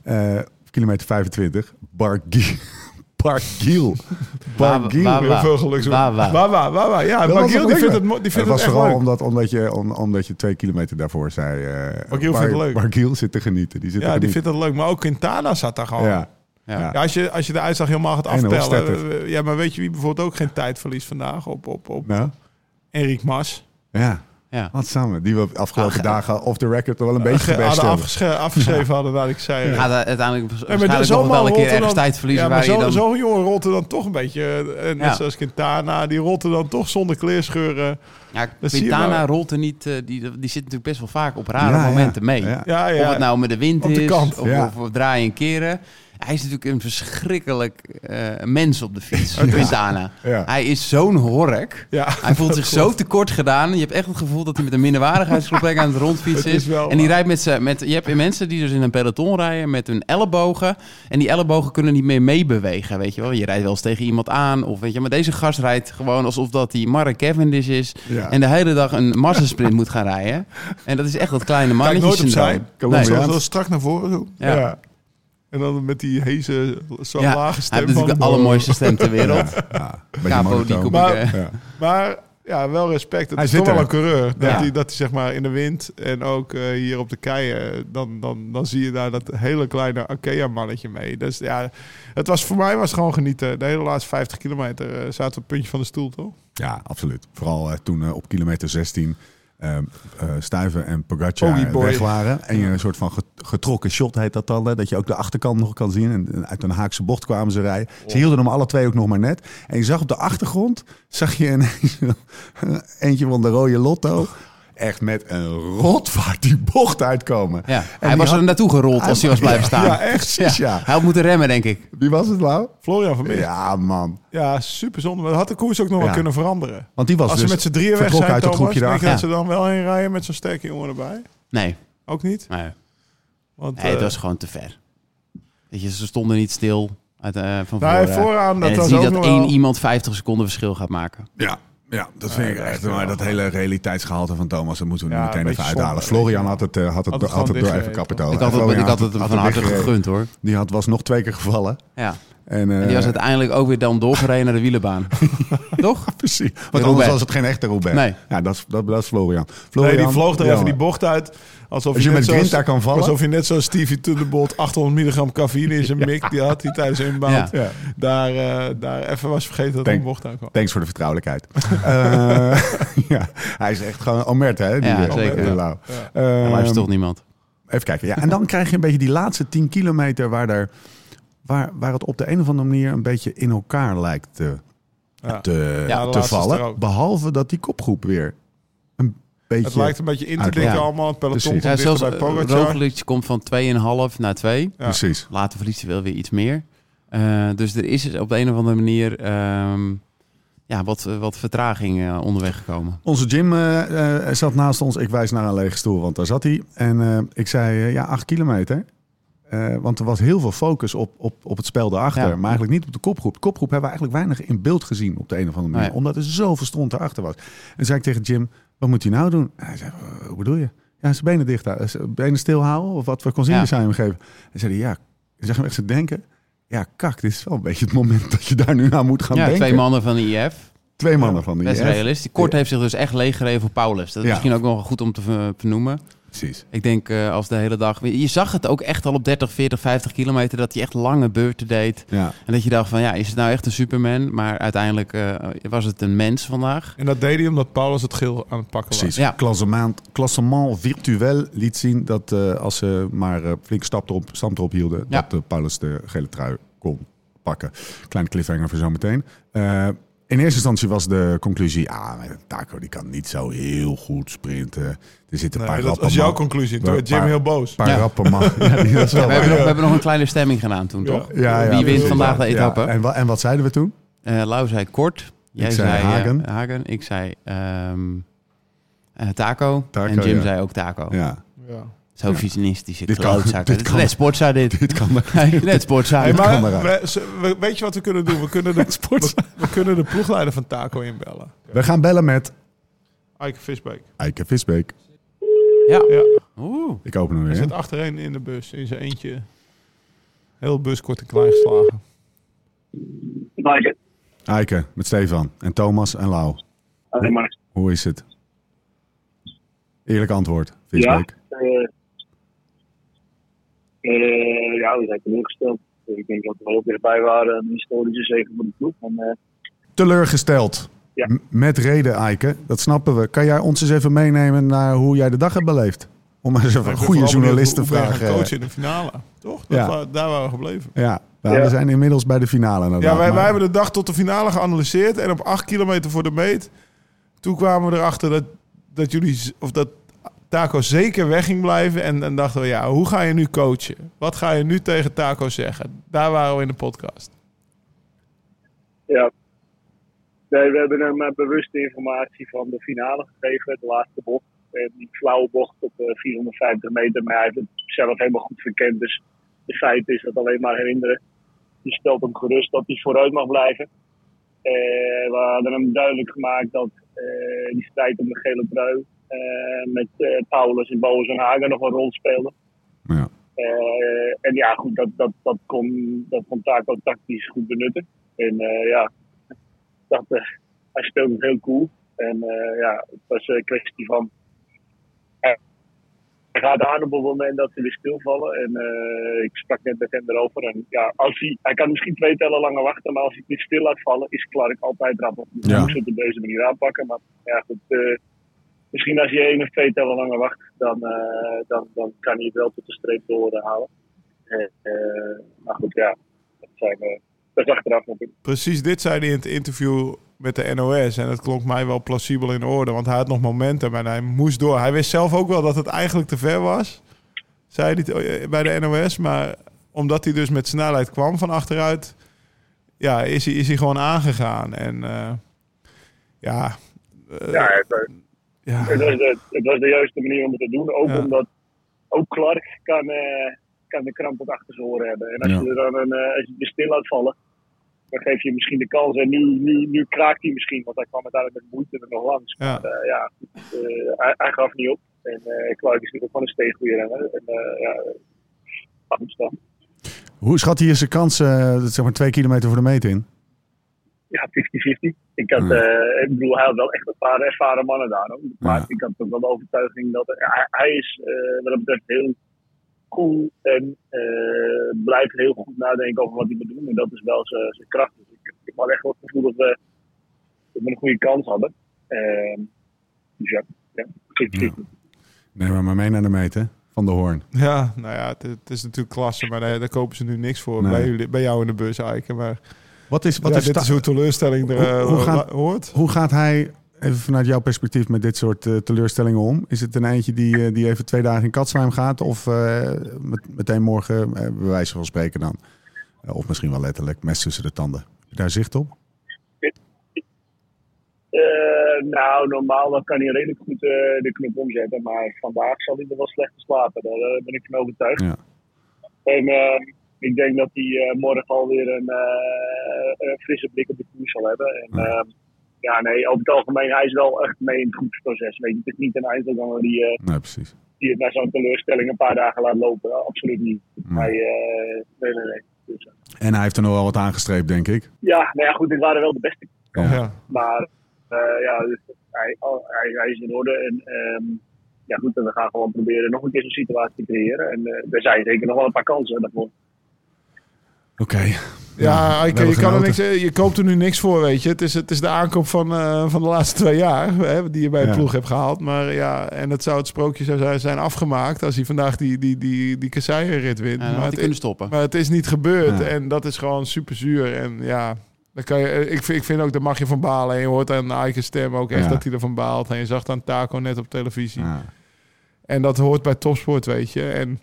S1: Eh, op kilometer 25. Bargiel. Bargiel. Bargiel.
S3: Waar-
S4: Heel
S3: waar-
S4: veel geluk.
S3: waar- waar-
S4: Wawa, wawa. Ja,
S1: Dat was
S4: Magiel
S1: het
S4: die
S1: leuk,
S4: vindt
S1: hè?
S4: het, mo- die
S1: Dat
S4: vindt het
S1: was
S4: echt
S1: vooral
S4: leuk.
S1: omdat, omdat, je, om- omdat je twee kilometer daarvoor zei. eh,
S4: Barguil vindt het leuk.
S1: Barguil zit te genieten. Die zit
S4: Ja,
S1: te
S4: die
S1: genieten.
S4: vindt het leuk. Maar ook Quintana zat daar gewoon.
S1: Ja.
S3: Ja.
S1: Ja.
S4: Ja, als, je, als je de uitslag helemaal gaat
S1: En Hofstetter.
S4: aftellen. eh, Ja, maar weet je wie bijvoorbeeld ook geen tijd verliest vandaag op, op, op
S1: Nou,
S4: Erik Mas?
S1: ja.
S3: Ja.
S1: Wat samen. Die we de afgelopen
S3: Ah,
S1: dagen off the record wel een beetje
S4: Ge-
S1: gebest
S4: hadden
S1: hebben.
S4: afgesche- afgeschreven hadden waar ik zei.
S3: Gaat hij uiteindelijk wa-
S4: Nee, maar
S3: waarschijnlijk
S4: zo'n
S3: nog wel
S4: man
S3: een keer
S4: rolt er
S3: ergens
S4: dan-
S3: tijd verliezen
S4: Ja, maar
S3: waar je
S4: zo-
S3: dan...
S4: zo'n jongen rolt er dan toch een beetje. eh, eh, Net
S3: Ja.
S4: zoals Quintana, die rolt er dan toch zonder kleerscheuren.
S3: ja,
S4: zie je
S3: Quintana
S4: wel.
S3: rolt er niet... eh, die, die zit natuurlijk best wel vaak op rare
S1: Ja, ja.
S3: momenten mee.
S1: Ja.
S4: Ja, ja.
S3: Of het nou met de wind
S4: Op de
S3: is,
S4: kant,
S3: of,
S1: ja.
S3: of, of draaien en keren. Hij is natuurlijk een verschrikkelijk eh, mens op de fiets,
S1: Ja.
S3: Quintana.
S1: Ja.
S3: Hij is zo'n hork.
S4: ja.
S3: Hij voelt zich zo tekort gedaan. Je hebt echt het gevoel dat hij met een minderwaardigheidscomplek aan het rondfietsen
S4: Het
S3: is.
S4: is wel
S3: en die
S4: waar.
S3: rijdt met zijn. Met, je hebt mensen die dus in een peloton rijden met hun ellebogen. En die ellebogen kunnen niet meer meebewegen. Weet je wel, je rijdt wel eens tegen iemand aan. Of weet je, maar deze gast rijdt gewoon alsof dat hij Mark Cavendish is.
S1: Ja.
S3: En de hele dag een massasprint moet gaan rijden. En dat is echt dat kleine
S4: Kijk nooit
S3: mannetje
S4: opzij.
S1: Kom
S4: Nee,
S1: op,
S4: zal
S1: ja.
S4: het wel strak naar voren doen.
S3: Ja.
S4: En dan met die heze, zo
S3: Ja,
S4: lage
S3: hij
S4: stem.
S3: heeft natuurlijk de
S4: van- eh,
S3: allermooiste stem ter wereld.
S1: Ja, een beetje
S3: Capo, die
S1: monotoon.
S3: kom
S4: Maar-
S3: ik, eh,
S1: Ja.
S4: Maar ja, wel respect. Het
S1: Hij
S4: is
S1: zit
S4: toch wel
S1: er.
S4: een coureur. Dat,
S3: Ja.
S4: hij, dat hij zeg maar in de wind en ook eh, hier op de keien... Dan, dan, dan zie je daar dat hele kleine Akea-mannetje mee. Dus ja, het was, voor mij was het gewoon genieten. De hele laatste 50 kilometer eh, zaten we op het puntje van de stoel, toch?
S1: Ja, absoluut. Vooral eh, toen eh, op kilometer 16 eh, eh, Stuiven en Pogacar
S4: Ogie boy.
S1: weg waren. En je een soort van get- getrokken shot heet dat dan. Hè, dat je ook de achterkant nog kan zien. En- En uit een haakse bocht kwamen ze rijden.
S3: Oh.
S1: Ze hielden hem alle twee ook nog maar net. En je zag op de achtergrond, zag je ineens eentje van de rode lotto. Echt met een rotvaart die bocht uitkomen.
S3: Ja.
S1: En
S3: Hij
S1: die
S3: was
S1: had-
S3: er naartoe gerold als hij was blijven staan.
S1: Ja, echt, precies, ja.
S3: Hij had moeten remmen, denk ik.
S1: Wie was het, Lau?
S4: Florian van Meer. Ja,
S1: Ja, man.
S4: super zonde. Maar dat had de koers ook nog
S1: Ja.
S4: wel kunnen veranderen.
S1: Want die was
S4: Als ze
S1: dus
S4: met z'n drieën weg
S1: vertrok
S4: zijn,
S1: uit het
S4: Thomas,
S1: groepje
S4: denk je
S1: daarachter.
S4: dat ze dan wel heen rijden met zo'n sterke jongen erbij?
S3: Nee,
S4: Ook niet?
S3: nee.
S4: Want,
S3: nee
S4: eh,
S3: dat is gewoon te ver. Weet je, ze stonden niet stil uit, eh, van
S4: nou,
S3: voren.
S4: vooraan, dat
S3: en het
S4: was
S3: is niet
S4: ook
S3: dat
S4: nog
S3: één
S4: wel...
S3: iemand 50 seconden verschil gaat maken.
S1: Ja, ja dat vind ik echt. Maar dat hele realiteitsgehalte van Thomas, dat moeten we nu
S4: Ja,
S1: meteen
S4: een
S1: even
S4: beetje
S1: uithalen.
S4: zonde,
S1: Florian had het, eh, had het,
S4: Had
S1: had
S4: het
S1: het
S4: gewoon
S1: door even
S4: dichtgereden,
S1: kapitaal.
S3: ik had het,
S1: Florian
S3: ik Oh, had het hem
S1: had
S3: van harte
S1: dichtgereden.
S3: gegund, hoor.
S1: Die had, was nog twee keer gevallen.
S3: Ja.
S1: En, eh,
S3: En die was uiteindelijk ook weer dan doorgereden naar de wielenbaan. Toch?
S1: Precies. Want anders
S3: Roubaix.
S1: was het geen echte Roubaix.
S3: Nee.
S1: Ja, dat, is- dat, dat is Florian. Florian
S4: Nee, die vloog er
S1: ja,
S4: even die
S1: maar-
S4: bocht uit. Alsof
S1: Als je
S4: net
S1: met
S4: zoals-
S1: Grinta kan vallen.
S4: Alsof je net zoals Stevie Tuddenbolt 800 milligram cafeïne in zijn mik... die had hij tijdens inbound.
S1: Ja.
S4: Daar, eh, daar even was vergeten dat er
S1: Denk-
S4: een bocht uit kwam.
S1: Thanks voor de vertrouwelijkheid. Eh, ja, hij is echt gewoon Omert, hè? Die,
S3: Ja,
S1: eh,
S3: zeker.
S1: die Lau.
S4: Ja.
S1: Ehm,
S3: Maar luistert toch niemand.
S1: Even kijken. Ja. En dan krijg je een beetje die laatste 10 kilometer waar, er, waar, waar het op de een of andere manier een beetje in elkaar lijkt te,
S4: Ja.
S1: te,
S4: Ja, de
S1: te
S4: laatste
S1: vallen.
S4: strook.
S1: Behalve dat die kopgroep weer een beetje.
S4: Het lijkt een beetje in te
S1: Uit-
S4: dikken
S3: Ja.
S4: allemaal. Het peloton
S1: Precies.
S4: komt
S3: Ja, zelfs eh,
S4: dichter bij Pogacar.
S3: Roglic komt van 2,5 naar 2.
S4: Ja.
S1: Precies.
S3: Later verliest hij wel weer iets meer. Eh, dus er is op de een of andere manier ehm, ja, wat, wat vertraging eh, onderweg gekomen.
S1: Onze Jim eh, eh, zat naast ons. Ik wijs naar een lege stoel, want daar zat hij. En eh, ik zei, eh, ja, 8 kilometer. Eh, want er was heel veel focus op, op, op het spel daarachter.
S3: Ja.
S1: Maar eigenlijk niet op de kopgroep. De kopgroep hebben we eigenlijk weinig in beeld gezien op de een of andere manier.
S3: Nee.
S1: Omdat er zoveel stront daarachter was. En zei ik tegen Jim, wat moet hij nou doen? Hij zei, "Eh, hoe bedoel je? Ja, zijn benen dicht houden. Eh, Zijn benen stil houden? Of wat voor consignes
S3: Ja.
S1: zijn hem geven? En zei hij, ja, ik zag hem echt zo denken. Ja, kak, dit is wel een beetje het moment dat je daar nu aan moet gaan
S3: ja,
S1: denken.
S3: twee mannen van de IF.
S1: Twee mannen van die.
S3: Best
S1: hè?
S3: realistisch. Kort heeft zich dus echt leeggereden voor Paulus. Dat is
S1: Ja.
S3: misschien ook nog goed om te ver- vernoemen.
S1: Precies.
S3: Ik denk eh, als de hele dag... Je zag het ook echt al op 30, 40, 50 kilometer... dat hij echt lange beurten deed.
S1: Ja.
S3: En dat je dacht van, ja, is het nou echt een superman? Maar uiteindelijk eh, was het een mens vandaag.
S4: En dat deed hij omdat Paulus het geel aan het pakken
S1: Precies.
S4: was.
S3: Ja.
S1: Klassement, klassement virtueel liet zien dat eh, als ze maar eh, flink stap erop, stand erop hielden,
S3: Ja.
S1: dat eh, Paulus de gele trui kon pakken. Kleine cliffhanger voor zometeen. Eh in eerste instantie was de conclusie, ah, maar Taco die kan niet zo heel goed sprinten. Er zitten een
S4: Nee,
S1: paar
S4: dat
S1: rappen
S4: was jouw
S1: man-
S4: conclusie. Toen
S1: Paar-
S4: werd Jim heel boos.
S1: paar
S3: Ja.
S1: rappen man. Ja, die- dat is wel waar.
S3: we, hebben nog, we hebben nog een kleine stemming gedaan toen, toch?
S1: Ja, ja,
S3: Wie wint
S1: precies.
S3: vandaag de
S1: Ja,
S3: etappe?
S1: En, wa- en wat zeiden we toen?
S3: Eh, Lau zei kort. Jij
S1: zei
S3: zei, eh,
S1: Hagen.
S3: Hagen. Ik zei ehm, eh, taco.
S1: Taco,
S3: En Jim
S1: ja.
S3: zei ook taco.
S1: Ja.
S4: Ja.
S3: Zo visionistische
S1: Dit kan-
S3: klootzakken.
S1: dit
S3: Dit
S1: kan-
S3: Net sportza dit.
S1: Dit kan er.
S3: Nee, Net sportza.
S4: Hey,
S1: kan
S4: maar
S1: eruit.
S4: we- ze- we- weet je wat we kunnen doen? We kunnen de, we, we kunnen de ploegleider van Taco inbellen.
S1: We gaan bellen met
S4: Eike Visbeek.
S1: Eike Visbeek.
S3: Ja.
S4: Ja.
S3: Oeh.
S1: Ik open hem
S4: Hij
S1: weer.
S4: zit achtereen in de bus, in zijn eentje. Heel de bus kort en klein geslagen.
S7: Mike,
S1: Eike, met Stefan en Thomas en Lau.
S7: alleen maar.
S1: Hoe is het? Eerlijk antwoord, Visbeek.
S7: eh, eh, ja, we zijn teleurgesteld. Ik denk dat we heel dichtbij waren. Een historische zegen voor de ploeg. En, eh,
S1: Teleurgesteld.
S7: Ja.
S1: M- Met reden, Eike. Dat snappen we. Kan jij ons eens even meenemen naar hoe jij de dag hebt beleefd? Om eens even een
S4: Ik ben
S1: goede
S4: vooral benieuwd
S1: journalist te
S4: hoe ben je gaan
S1: vragen.
S4: coachen in de finale, toch? Dat
S1: Ja.
S4: wa- daar waren we gebleven.
S1: Ja, nou, we
S7: Ja.
S1: zijn inmiddels bij de finale. inderdaad.
S4: Ja, wij, wij
S1: Nou, Maar-
S4: hebben de dag tot de finale geanalyseerd. En op acht kilometer voor de meet... toen kwamen we erachter dat, dat jullie... z- of dat Taco zeker weg ging blijven. En, en dachten we, ja, hoe ga je nu coachen? Wat ga je nu tegen Taco zeggen? Daar waren we in de podcast.
S7: ja. Nee, we hebben hem eh, bewust de informatie van de finale gegeven. De laatste bocht. En die flauwe bocht op eh, 450 meter. Maar hij heeft het zelf helemaal goed verkend. Dus de feit is dat alleen maar herinneren. Die stelt hem gerust dat hij vooruit mag blijven. Eh, we hadden hem duidelijk gemaakt dat eh, die strijd om de gele trui eh, met eh, Paulus en Boos en Hagen nog een rol speelde.
S1: Ja.
S7: Eh, en ja, goed, dat, dat, dat, kon, dat kon Taco tactisch goed benutten. En eh, ja, dat, eh, hij speelde het heel cool. En eh, ja, het was een kwestie van. eh, Hij gaat aan op het moment dat ze weer stilvallen. En eh, ik sprak net met hem erover. En ja, als hij, hij kan misschien twee tellen langer wachten, maar als hij het niet stil laat vallen, is Clark altijd rapper. Dus
S1: Ja.
S7: ik moet het op deze manier aanpakken. Maar ja, goed, eh, Misschien als je één of twee tellen langer wacht, dan, eh, dan, dan kan hij het wel tot de streep doorhalen. Eh, eh, maar goed, ja, dat, zijn, eh, dat is achteraf natuurlijk.
S4: Precies dit zei hij in het interview met de NOS. En dat klonk mij wel plausibel in orde. Want hij had nog momentum en hij moest door. Hij wist zelf ook wel dat het eigenlijk te ver was. Zei hij t- eh, bij de NOS. Maar omdat hij dus met snelheid kwam van achteruit... Ja, is hij, is hij gewoon aangegaan. En eh, ja... eh,
S7: Ja, het,
S4: ja.
S7: het, was de, het was de juiste manier om het te doen. Ook
S4: Ja.
S7: omdat ook Clark kan, eh, kan de kramp tot achter zijn oren hebben. En als
S1: Ja.
S7: je er dan een, eh, als je het er stil laat vallen, dan geef je hem misschien de kans. En nu, nu, nu kraakt hij misschien, want hij kwam uiteindelijk met moeite er nog langs.
S4: Ja.
S7: Maar, eh, ja, goed, eh, hij, hij gaf niet op. En eh Clark is natuurlijk van een steengoeie renner. En eh ja, ah, af en toe.
S1: Hoe schat hij zijn kansen, zeg maar twee kilometer voor de meet in?
S7: ja, 50-50. Ik, had, eh, ik bedoel, hij had wel echt een paar ervaren mannen daar. Hoor. Maar ik had toch wel de overtuiging dat hij, hij is, eh, wat dat betreft, heel cool en eh, blijft heel goed nadenken over wat hij moet doen. En dat is wel zijn zijn kracht. Dus ik, ik had echt wel het gevoel dat we, dat we een goede kans hadden. Ehm, dus ja, ja, 50-50.
S1: Neem hem maar mee naar de meet, hè? Van de Hoorn.
S4: Ja, nou ja, het, het is natuurlijk klasse, maar daar, daar kopen ze nu niks voor.
S1: Nee.
S4: Bij, jullie- bij jou in de bus, Eiken. Maar
S1: Wat is, wat
S4: ja,
S1: is
S4: dit
S1: ta-
S4: is hoe teleurstelling er
S1: Hoe-
S4: eh,
S1: hoe gaan-
S4: hoort.
S1: Hoe gaat hij, even vanuit jouw perspectief, met dit soort eh, teleurstellingen om? Is het een eindje die, eh, die even twee dagen in katzwijm gaat? Of eh, met, meteen morgen, eh bij wijze van spreken dan? Eh, of misschien wel letterlijk, mes tussen de tanden. Heb je daar zicht op?
S7: Eh, nou, normaal dan kan hij redelijk goed eh, de knop omzetten. Maar vandaag zal hij er wel slecht slapen. Daar eh, ben ik van overtuigd.
S1: Ja.
S7: En eh, ik denk dat hij eh, morgen alweer een, eh, een frisse blik op de koers zal hebben. En,
S1: Ja.
S7: eh, ja, nee, over het algemeen, hij is wel echt mee in het groepsproces. Weet je, het is niet een eindselganger die, eh,
S1: Nee, precies.
S7: die het na zo'n teleurstelling een paar dagen laat lopen. Absoluut niet. Hij, eh, nee, nee, nee. Dus, eh,
S1: En hij heeft er nog wel wat aangestreept, denk ik.
S7: ja, nou ja, goed, dit waren wel de beste
S1: Ja.
S4: Ja.
S7: maar eh, ja, dus hij, al- hij, hij is in orde. En ehm, ja, goed, en we gaan gewoon proberen nog een keer zo'n situatie te creëren. En eh, er zijn zeker nog wel een paar kansen daarvoor.
S1: Oké.
S4: Ja,
S1: we
S4: Eiken,
S1: hebben
S4: je, kan er
S1: genoten.
S4: niks, eh, je koopt er nu niks voor, weet je. Het is, het is de aankoop van, eh, van de laatste twee jaar hè, die je bij de
S1: Ja.
S4: ploeg hebt gehaald. Maar ja, en dat zou het sprookje zou zijn- zijn afgemaakt als hij vandaag die, die, die, die kasseienrit wint.
S3: dan had
S4: maar,
S3: hij
S4: het,
S3: kunnen stoppen.
S4: maar het is niet gebeurd
S1: Ja.
S4: en dat is gewoon super zuur. En ja, dan kan je, eh, ik, vind- ik vind ook, daar mag je van balen. En je hoort aan Eiken's stem ook echt
S1: Ja.
S4: dat hij ervan baalt. En je zag dan Taco net op televisie.
S1: Ja.
S4: En dat hoort bij topsport, weet je. En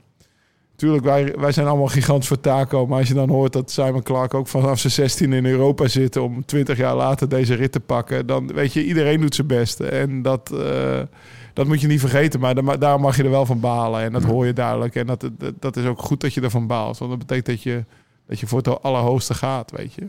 S4: natuurlijk, wij, wij zijn allemaal gigantisch voor Taco. Maar als je dan hoort dat Simon Clark ook vanaf zijn 16 in Europa zit... om 20 jaar later deze rit te pakken... dan weet je, iedereen doet zijn best. En dat, eh, dat moet je niet vergeten. Maar daar, daar mag je er wel van balen. En dat hoor je duidelijk. En dat, dat, dat is ook goed dat je ervan baalt. Want dat betekent dat je, dat je voor het allerhoogste gaat, weet je.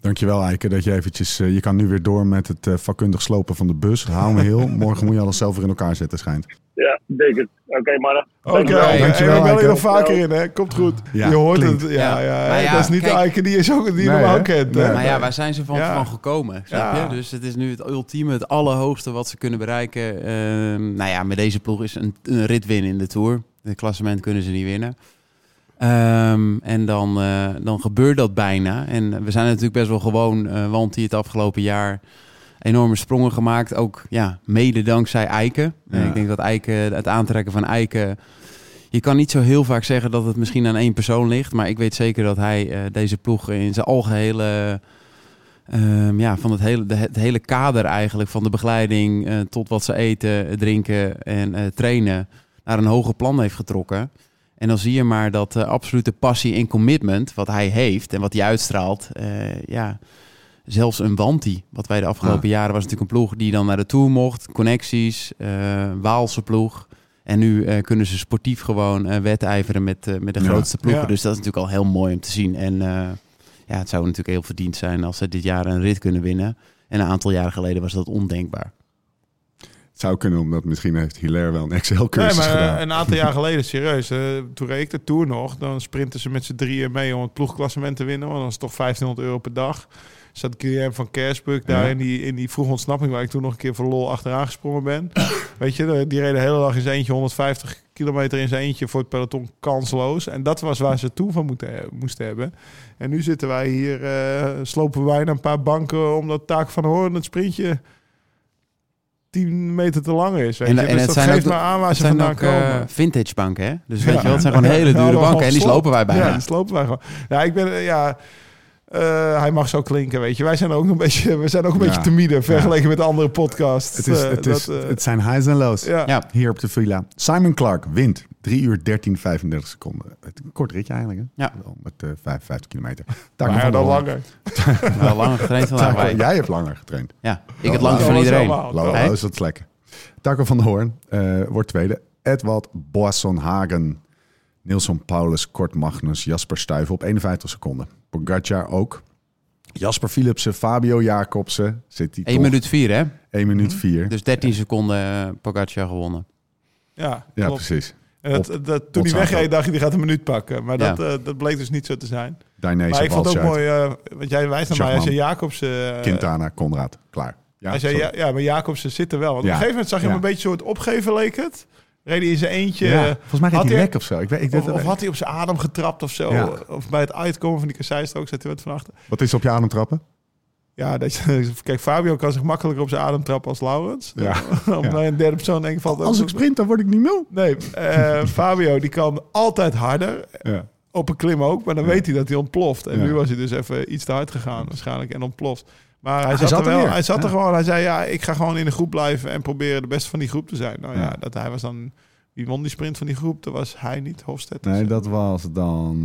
S1: Dankjewel Eike dat je eventjes... eh, je kan nu weer door met het eh, vakkundig slopen van de bus. Hou me heel. Morgen moet je alles zelf weer in elkaar zetten, schijnt.
S7: Ja, zeker. Oké, maar
S4: Oké,
S1: Dankjewel,
S4: en we
S1: Eiken.
S4: bellen je nog vaker in, hè? Komt goed.
S1: Ja,
S4: je hoort
S1: klinkt.
S4: het. Ja, ja,
S3: Ja,
S4: hè?
S3: maar ja,
S4: dat is niet
S3: kijk-
S4: de Eiken die je, zo, die je
S1: Nee,
S4: normaal
S1: hè?
S4: kent.
S1: Nee.
S4: hè?
S3: Maar ja, waar zijn ze van,
S4: Ja.
S3: van gekomen? Snap
S4: Ja.
S3: je? Dus het is nu het ultieme, het allerhoogste wat ze kunnen bereiken. Ehm, nou ja, met deze ploeg is een, een rit winnen in de Tour. Het klassement kunnen ze niet winnen. Ehm, en dan, eh, dan gebeurt dat bijna. En we zijn natuurlijk best wel gewoon, eh, want die het afgelopen jaar enorme sprongen gemaakt. Ook ja, mede dankzij Eiken. Eh,
S1: Ja.
S3: Ik denk dat Eiken, het aantrekken van Eiken... Je kan niet zo heel vaak zeggen dat het misschien aan één persoon ligt. Maar ik weet zeker dat hij eh, deze ploeg in zijn algehele... ehm, ja, van het hele, de, het hele kader eigenlijk. Van de begeleiding eh, tot wat ze eten, drinken en eh, trainen. Naar een hoger plan heeft getrokken. En dan zie je maar dat eh, absolute passie en commitment wat hij heeft en wat hij uitstraalt. eh, ja, zelfs een Wanti, wat wij de afgelopen jaren was natuurlijk een ploeg die dan naar de Tour mocht. Connecties, eh, Waalse ploeg. En nu eh, kunnen ze sportief gewoon eh, wedijveren met, eh, met de
S1: Ja.
S3: grootste ploegen.
S4: Ja.
S3: Dus dat is natuurlijk al heel mooi om te zien. En eh, ja, het zou natuurlijk heel verdiend zijn als ze dit jaar een rit kunnen winnen. En een aantal jaren geleden was dat ondenkbaar.
S1: Het zou kunnen, omdat misschien heeft Hilaire wel een Excel-cursus
S4: nee, maar, eh,
S1: gedaan.
S4: Een aantal jaar geleden, serieus. eh, toen reed ik de Tour nog. Dan sprinten ze met z'n drieën mee om het ploegklassement te winnen. Want dan is het toch 1500 euro per dag. Zat Guillaume van Kersburg daar
S1: Ja.
S4: in, die, in die vroege ontsnapping... waar ik toen nog een keer voor lol achteraan gesprongen ben. Weet je, de- die reden de hele dag in zijn eentje 150 kilometer in zijn eentje... voor het peloton kansloos. En dat was waar ze toen van moeten, moesten hebben. En nu zitten wij hier, eh, slopen wij naar een paar banken... omdat Taak van Hoorn het sprintje 10 meter te lang is. Weet
S3: En-
S4: je.
S3: en
S4: Dus
S3: het
S4: dat
S3: zijn
S4: geeft
S3: ook-
S4: maar aan waar
S3: Het
S4: ze
S3: zijn
S4: vandaan
S3: ook
S4: komen.
S3: eh, vintage banken, hè? Dus weet
S4: Ja.
S3: je wel, het zijn gewoon hele
S4: Ja,
S3: dure
S4: dat was
S3: banken. En die
S4: gewoon
S3: slopen wij bijna.
S4: Ja, die slopen wij gewoon. Ja, ik ben, eh, ja, eh, hij mag zo klinken, weet je. Wij zijn ook een beetje, we zijn ook een
S1: Ja.
S4: beetje timide vergeleken met andere podcasts.
S1: Het, is,
S4: Eh,
S1: het, is,
S4: dat, eh,
S1: het zijn highs en lows.
S4: ja.
S3: Ja.
S1: Hier op de villa. Simon Clark wint. 3 uur 13, 35 seconden. Het- Een kort ritje eigenlijk. Hè?
S3: Ja.
S1: Wel Met eh 55 kilometer.
S4: Maar
S1: Taco
S4: ja,
S1: van der
S4: dan
S1: Hoorn.
S4: langer.
S3: Wel lang getraind vandaag.
S1: Taco-
S3: wij.
S1: jij hebt langer getraind.
S3: Ja, ik
S1: Ja,
S3: het langste van
S4: dat was
S3: iedereen.
S4: helemaal.
S1: Low,
S3: Hey.
S1: is dat lekker. Taco van der Hoorn eh, wordt tweede. Edward Boisson-Hagen. Nilsson Paulus, Kort Magnus, Jasper Stuyven op 51 seconden. Pogacar ook. Jasper Philipsen, Fabio Jacobsen. Zit die
S3: 1
S1: toch?
S3: minuut 4, hè?
S1: 1 minuut 4.
S3: Dus 13 seconden eh, Pogacar gewonnen.
S4: Ja,
S1: ja,
S4: klopt.
S1: precies.
S4: En dat,
S1: Op-
S4: dat, toen hij
S1: Potzagen.
S4: wegreed, dacht je, die gaat een minuut pakken. Maar
S3: Ja.
S4: dat, eh, dat bleek dus niet zo te zijn.
S1: Dainese
S4: maar ik vond het ook
S1: Walshuit,
S4: mooi, eh, want jij wijst naar mij, als je Jacobsen... eh,
S1: Quintana, Conrad. Klaar. Ja,
S4: als jij,
S1: sorry.
S4: ja, ja, maar Jacobsen zit er wel. Want
S1: Ja.
S4: op een gegeven moment zag je hem
S1: Ja.
S4: een beetje soort opgeven, leek het. Reed hij in zijn eentje.
S1: Ja,
S4: eh,
S1: volgens mij
S4: had
S1: gaat hij
S4: hij-
S1: lek of zo. Ik weet, ik weet
S4: Of,
S1: het
S4: of
S1: niet.
S4: had hij op zijn adem getrapt of zo.
S1: Ja.
S4: Of bij het uitkomen van die kasseistrook zette hij wat van achter.
S1: Wat is op je adem trappen?
S4: Ja, dat, je- kijk, Fabio kan zich makkelijker op zijn adem trappen als Laurens.
S1: Ja.
S4: Om naar een derde persoon denk ik valt ook
S1: Als
S4: zo-
S1: ik sprint, dan word ik niet moe.
S4: Nee, eh, Fabio die kan altijd harder.
S1: Ja.
S4: Op een klim ook, maar dan weet hij dat hij ontploft. En
S1: Ja.
S4: nu was hij dus even iets te hard gegaan waarschijnlijk en ontploft. Maar hij,
S1: hij
S4: zat,
S1: zat
S4: er
S1: er
S4: wel.
S1: weer.
S4: hij zat
S1: Ja.
S4: er gewoon. Hij zei ja, ik ga gewoon in de groep blijven en proberen de beste van die groep te zijn. Nou ja,
S1: Ja.
S4: dat hij was dan wie won die sprint van die groep? Dat was hij niet, Hofstede.
S1: Nee, dat was dan...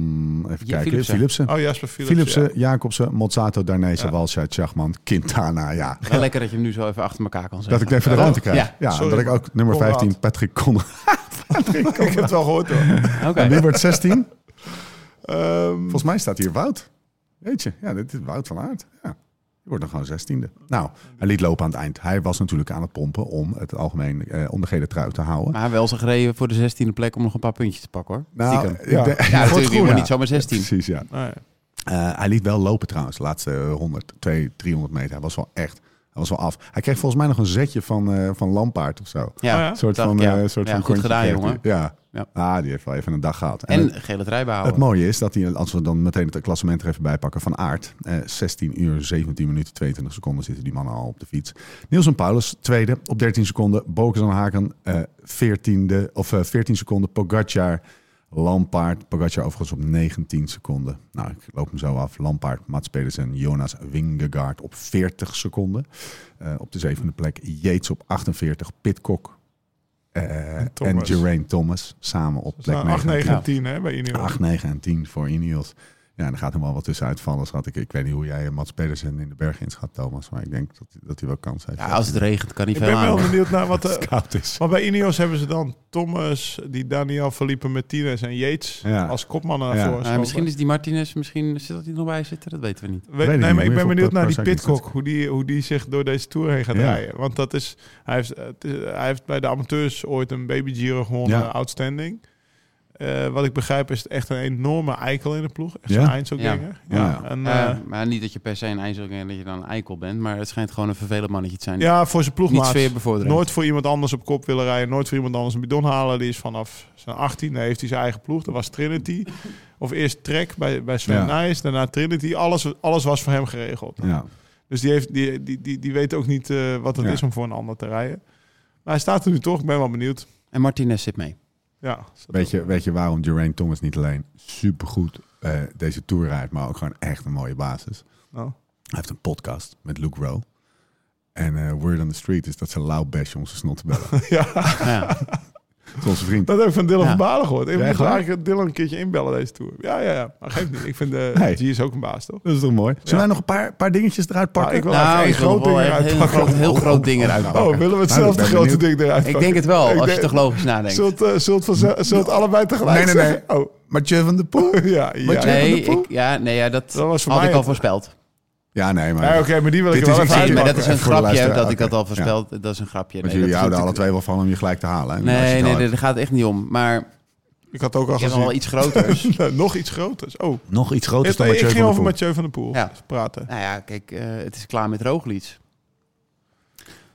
S1: Even
S3: Ja,
S1: kijken. Philipsen.
S3: Philipsen.
S4: Oh, Jasper Philips.
S1: Philipsen, Jacobsen, Mozzato, Darnese, Walshuit, Schachman, Quintana. Ja.
S3: Wel lekker dat je hem nu zo even achter elkaar kan
S1: Dat
S3: zeggen.
S1: ik het even de ruimte krijg. Ja,
S3: Ja.
S4: Sorry,
S1: dat ik ook nummer
S4: Conrad.
S1: 15, Patrick Conrad.
S4: ik heb het wel gehoord hoor.
S3: Oké.
S1: En wie wordt 16?
S4: Ehm,
S1: Volgens mij staat hier Wout. Weet je, ja, dit is Wout van Aert. Ja. Die wordt dan gewoon zestiende. Nou, hij liet lopen aan het eind. Hij was natuurlijk aan het pompen om het algemeen, eh, om de gele trui te houden.
S3: Maar wel ze gereden voor de 16e plek om nog een paar puntjes te pakken hoor.
S1: Nou,
S3: Stiekem.
S1: ik
S4: Ja.
S1: denk-
S3: Ja, natuurlijk, je wordt
S1: ja.
S3: niet zomaar 16.
S1: Precies, ja.
S4: nee.
S1: Eh, hij liet wel lopen trouwens, de laatste 100, 200, 300 meter. Hij was wel echt, hij was wel af. Hij kreeg volgens mij nog een zetje van, eh, van Lampaard of zo.
S3: Ja,
S4: Oh ja?
S1: Een soort
S3: dacht
S1: van,
S3: ik, ja.
S1: eh, een soort
S3: Ja,
S1: van
S3: goed
S1: kontje
S3: gedaan
S1: kreeg hij.
S3: jongen.
S1: Ja.
S3: Ja.
S1: Ah, die heeft wel even een dag gehad. En,
S3: En
S1: het,
S3: gele trui behouden.
S1: het mooie is dat hij, als we dan meteen het klassement er even bij pakken, van Aert, eh, 16 uur, 17 minuten, 22 seconden zitten die mannen al op de fiets. Nielsen Paulus, tweede, op 13 seconden. Bokers aan Haken, eh 14e, of, eh, 14 seconden. Pogacar, Lampaard. Pogacar overigens op 19 seconden. Nou, ik loop hem zo af. Lampaard, Mats Pedersen, Jonas Wingegaard op 40 seconden. Eh, op de zevende plek Yates op 48. Pitcock eh, en
S4: Thomas.
S1: Geraint Thomas samen op plek
S4: Nou, 8, 9
S1: 9
S4: en 10 hè, bij Ineos.
S1: 8, 9 en 10 voor Ineos. Ja, en er gaat hem wel wat tussenuit vallen. Schat ik. ik weet niet hoe jij eh, Mats Pedersen in de berg inschat, Thomas. Maar ik denk dat, dat hij wel kans heeft.
S3: Ja, als het regent kan niet
S4: Ik
S3: veel
S4: ben
S3: aan.
S4: wel benieuwd naar wat...
S1: het
S4: eh
S1: koud is.
S4: maar bij Ineos hebben ze dan Thomas, die Daniel Felipe Martinez en Yates
S1: Ja.
S4: als kopman naar
S1: Ja.
S4: voren.
S3: Eh,
S4: schoven.
S3: misschien is die Martinez, misschien zit dat hij er nog bij zitten, dat weten we niet.
S4: Weet-
S1: Weet ik
S4: nee,
S1: niet,
S4: maar ik
S1: moet
S4: ben
S1: je
S4: benieuwd
S1: even op
S4: naar
S1: Pro
S4: die
S1: Cycling
S4: Pitcock, hoe die, hoe die zich door deze Tour heen gaat
S1: Ja.
S4: rijden. Want dat is, hij heeft, eh, het is- hij heeft bij de amateurs ooit een baby Giro gewonnen,
S1: Ja.
S4: outstanding. Eh, wat ik begrijp is het echt een enorme eikel in de ploeg. Echt
S1: Ja?
S4: zo'n Einzelganger. Ja.
S1: Ja. Ja.
S4: En,
S3: Ja,
S4: eh,
S3: maar niet dat je per se een ijzer en dat je dan een eikel bent, maar het schijnt gewoon een vervelend mannetje te zijn.
S4: ja, voor zijn
S3: niet
S4: ploegmaat.
S3: sfeerbevorderend.
S4: Nooit voor iemand anders op kop willen rijden. Nooit voor iemand anders een bidon halen. Die is vanaf zijn 18 heeft hij zijn eigen ploeg. Dat was Trinity. Of eerst Trek bij, bij Sven
S1: Ja.
S4: Nijs. Daarna Trinity. Alles, alles was voor hem geregeld.
S1: Ja.
S4: Dus die, heeft, die, die, die, die weet ook niet eh, wat het
S1: Ja.
S4: is om voor een ander te rijden. Maar hij staat er nu toch. Ik ben wel benieuwd.
S3: En Martinez zit mee.
S4: Ja,
S1: Weet, je, weet je waarom Geraint Thomas niet alleen supergoed eh deze Tour rijdt, maar ook gewoon echt een mooie basis?
S4: Nou.
S1: Hij heeft een podcast met Luke Rowe. En eh, Word on the Street is dat ze lauw bashen om zijn snot te bellen.
S4: ja,
S3: Ja.
S1: Dat is onze vriend.
S4: dat heb ik van Dylan
S3: Ja.
S4: van Balen gehoord. Ik
S1: Ja,
S4: moet
S1: echt waar?
S4: eigenlijk Dylan een keertje inbellen deze tour. Ja, ja, ja. Maar geeft niet. Ik vind de
S1: Nee.
S4: G is ook een baas, toch?
S1: Dat is toch mooi? Zullen wij nog een paar, paar dingetjes eruit
S4: Nou,
S1: pakken?
S4: ik wil
S3: Nou,
S4: even
S3: ik
S4: een
S3: wil
S4: groot ding
S3: wel echt
S4: eruit
S3: heel
S4: pakken.
S3: groot, heel groot ding eruit
S1: Oh,
S3: pakken.
S4: Oh, willen
S1: Nou,
S4: we
S1: ik
S4: hetzelfde
S1: ben
S4: grote
S1: benieuwd.
S4: ding eruit
S3: Ik denk het wel, als je het toch logisch nadenkt.
S4: Zult, eh, zult, vanzelf- zult allebei tegelijk
S1: Nee, nee, nee.
S4: zeggen? Oh,
S1: Mathieu van der Poel?
S4: ja, ja.
S1: Wat jij-
S3: nee,
S1: Van der Poel?
S3: ik, ja, nee, ja, dat,
S4: Dat was voor
S3: had
S4: mij
S3: ik al
S4: het- eh,
S3: voorspeld.
S1: Ja, nee, maar...
S4: Ja, Oké, maar die wil ik
S1: Dit
S4: er wel
S1: is
S4: even
S1: iets-
S3: Nee, maar
S4: uitpakken.
S3: dat is een
S1: Even voor de
S3: grapje hè, dat
S1: luisteraar,
S3: ik dat al
S1: oké.
S3: voorspeld. Dat is een grapje.
S1: Want
S3: Nee,
S1: jullie
S3: dat
S1: houden
S3: is
S1: alle
S3: natuurlijk-
S1: twee wel van om je gelijk te halen. hè? Als je
S3: Nee,
S1: het
S3: nee,
S1: houdt.
S3: nee, daar gaat het echt niet om. Maar
S4: Ik had ook al
S3: ik heb nog wel
S4: gezien.
S3: iets groters.
S4: Nou, Nog iets groters. Oh,
S1: Nog iets groter
S4: ik,
S1: dan
S4: ik
S1: Mathieu
S4: ging
S1: van der
S4: over
S1: Poel.
S4: Mathieu van der Poel
S3: Ja.
S4: praten.
S3: Nou ja, kijk, eh, het is klaar met Roglic.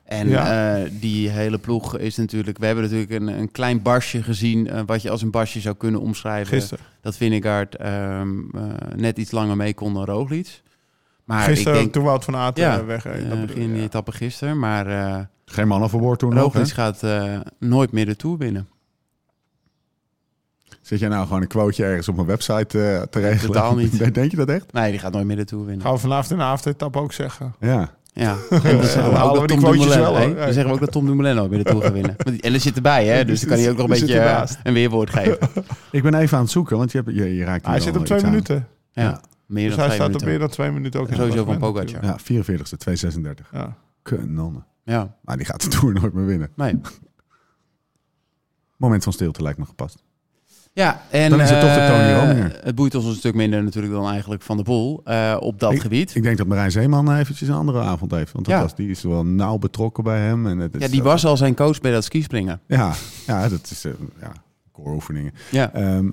S3: En
S4: Ja.
S3: eh, die hele ploeg is natuurlijk... We hebben natuurlijk een, een klein barsje gezien... eh, wat je als een barsje zou kunnen omschrijven.
S4: Gisteren.
S3: Dat Vinnegaard ehm, eh, net iets langer mee kon dan Roglic. Maar
S4: Gisteren
S3: ik denk,
S4: toen Wout van Aert eh,
S3: Ja,
S4: wegreed.
S3: eh,
S4: dat bedoel
S3: in
S4: ik,
S3: die
S4: ja.
S3: etappe gisteren. Maar eh
S1: Geen man overboord
S4: Oh,
S1: toen nog, hè?
S3: Roglic gaat eh, nooit meer de Tour binnen.
S1: Zit jij nou gewoon een quoteje ergens op mijn website eh, te regelen?
S3: Totaal niet.
S1: Denk je dat echt?
S3: Nee, die gaat nooit meer de Tour winnen.
S4: Gaan we vanavond in de avondetap ook zeggen.
S1: Ja.
S3: Ja, en dan zeggen we
S4: halen
S3: ook
S4: we
S3: dat
S4: die
S3: Tom
S4: quotejes
S3: Dumoulin,
S4: wel,
S3: hè?
S4: hoor.
S3: Dan zeggen we ook dat Tom Dumoulin ook weer de Tour gaat winnen. Want die- En er zit erbij, hè? Dus dan kan hij ook nog een
S4: Die
S3: beetje
S4: zit
S3: eh,
S4: ernaast.
S3: een weerwoord geven.
S1: Ik ben even aan het zoeken, want je, hebt, je, je raakt
S4: Hij
S1: hier
S4: zit
S1: al
S4: op twee
S1: iets aan.
S4: minuten.
S3: Ja, meer
S4: Dus
S3: dan
S4: hij
S3: twee
S4: staat op meer
S3: minuten.
S4: dan twee minuten ook. in
S3: Sowieso
S4: het
S3: van
S4: klassement
S3: Pogacar.
S1: Ja, 44ste, 236.
S4: natuurlijk. Ja.
S1: Kanonnen.
S3: Ja,
S1: Maar die gaat de Tour nooit meer winnen.
S3: nee.
S1: Moment van stilte lijkt me gepast.
S3: Ja, en
S1: Dan is het toch de Tony
S3: eh,
S1: Rominger.
S3: het boeit ons een stuk minder natuurlijk dan eigenlijk Van de Poel eh, op dat gebied.
S1: Ik denk dat Marijn Zeeman eh, eventjes een andere avond heeft. Want dat
S3: Ja.
S1: was, die is wel nauw betrokken bij hem. En het is
S3: Ja, die
S1: dat-
S3: was al zijn coach bij dat skispringen.
S1: Ja, ja dat is... eh, ja, kooroefeningen.
S3: Ja.
S1: Ehm,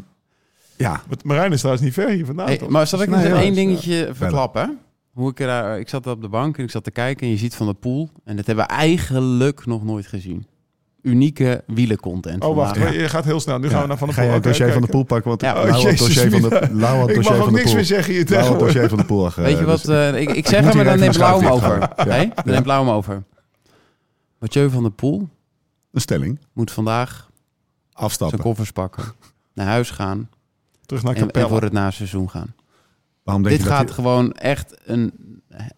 S1: ja,
S4: Maar Marijn is trouwens niet ver hier vandaan.
S3: Hey,
S4: toch?
S3: maar zal ik
S1: Nee,
S3: nog even
S1: ja,
S3: één
S1: ja.
S3: dingetje verklappen? Hoe ik, er, daar- ik zat op de bank en ik zat te kijken en je ziet Van de Poel. En dat hebben we eigenlijk nog nooit gezien. Unieke wielencontent.
S4: Oh, wacht.
S3: vandaag.
S4: maar Je gaat heel snel. Nu gaan
S1: ja,
S4: we naar Van de
S1: ga
S4: Poel.
S1: jij het
S4: Oké,
S1: dossier van de
S4: kijk.
S1: poel pakken? Want
S3: Ja.
S1: Lauw
S4: Oh,
S1: het
S4: jezus,
S1: dossier van de,
S4: Mina.
S1: Lauw het
S4: Ik
S1: dossier van
S4: mag ook
S1: de Nou,
S4: niks
S1: poel.
S4: meer zeggen hier
S1: Lauw het
S4: tegenwoordig.
S1: dossier van de poel. eh,
S3: Weet je
S1: dus-
S3: wat? eh, ik, ik
S1: moet
S3: zeg hem,
S1: hier
S3: maar dan
S1: even
S3: neemt
S1: naar
S3: Blauw hem
S1: schuif
S3: over.
S1: gaan. Ja.
S3: Hey, Dan neemt Blauw hem over. Mathieu van der Poel
S1: Een stelling.
S3: moet vandaag zijn
S1: Afstappen.
S3: koffers pakken. Naar huis gaan
S4: Terug naar
S3: en, en
S4: Capelle.
S3: voor het naseizoen gaan.
S1: Waarom denk
S3: Dit
S1: je dat
S3: gaat
S1: die-
S3: gewoon echt een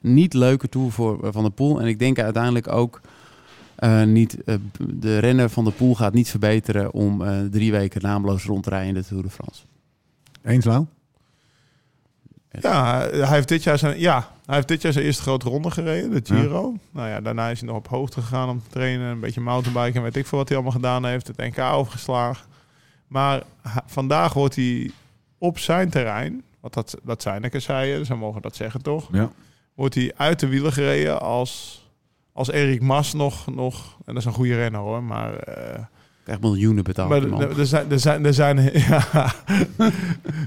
S3: niet leuke tour voor eh, Van der Poel. En ik denk uiteindelijk ook eh, niet, eh, b- de renner Van der Poel gaat niet verbeteren om eh, drie weken naamloos rond te rijden in de Tour de France.
S1: Eens, Lau?
S4: Ja, hij heeft dit jaar zijn, ja, hij heeft dit jaar zijn eerste grote ronde gereden, de Giro. Nou ja, daarna is hij nog op hoogte gegaan om te trainen, een beetje mountainbiken en weet ik veel wat hij allemaal gedaan heeft. Het NK overgeslagen. Maar ha- vandaag wordt hij op zijn terrein, want dat, dat zijn de kasseien, dus we mogen dat zeggen toch?
S1: Ja.
S4: Wordt hij uit de wielen gereden als, als Erik Mas nog, nog, en dat is een goede renner hoor, maar... eh,
S3: Krijgt miljoenen betaald.
S4: maar
S3: die man.
S4: er- er zijn, er zijn, er zijn, ja.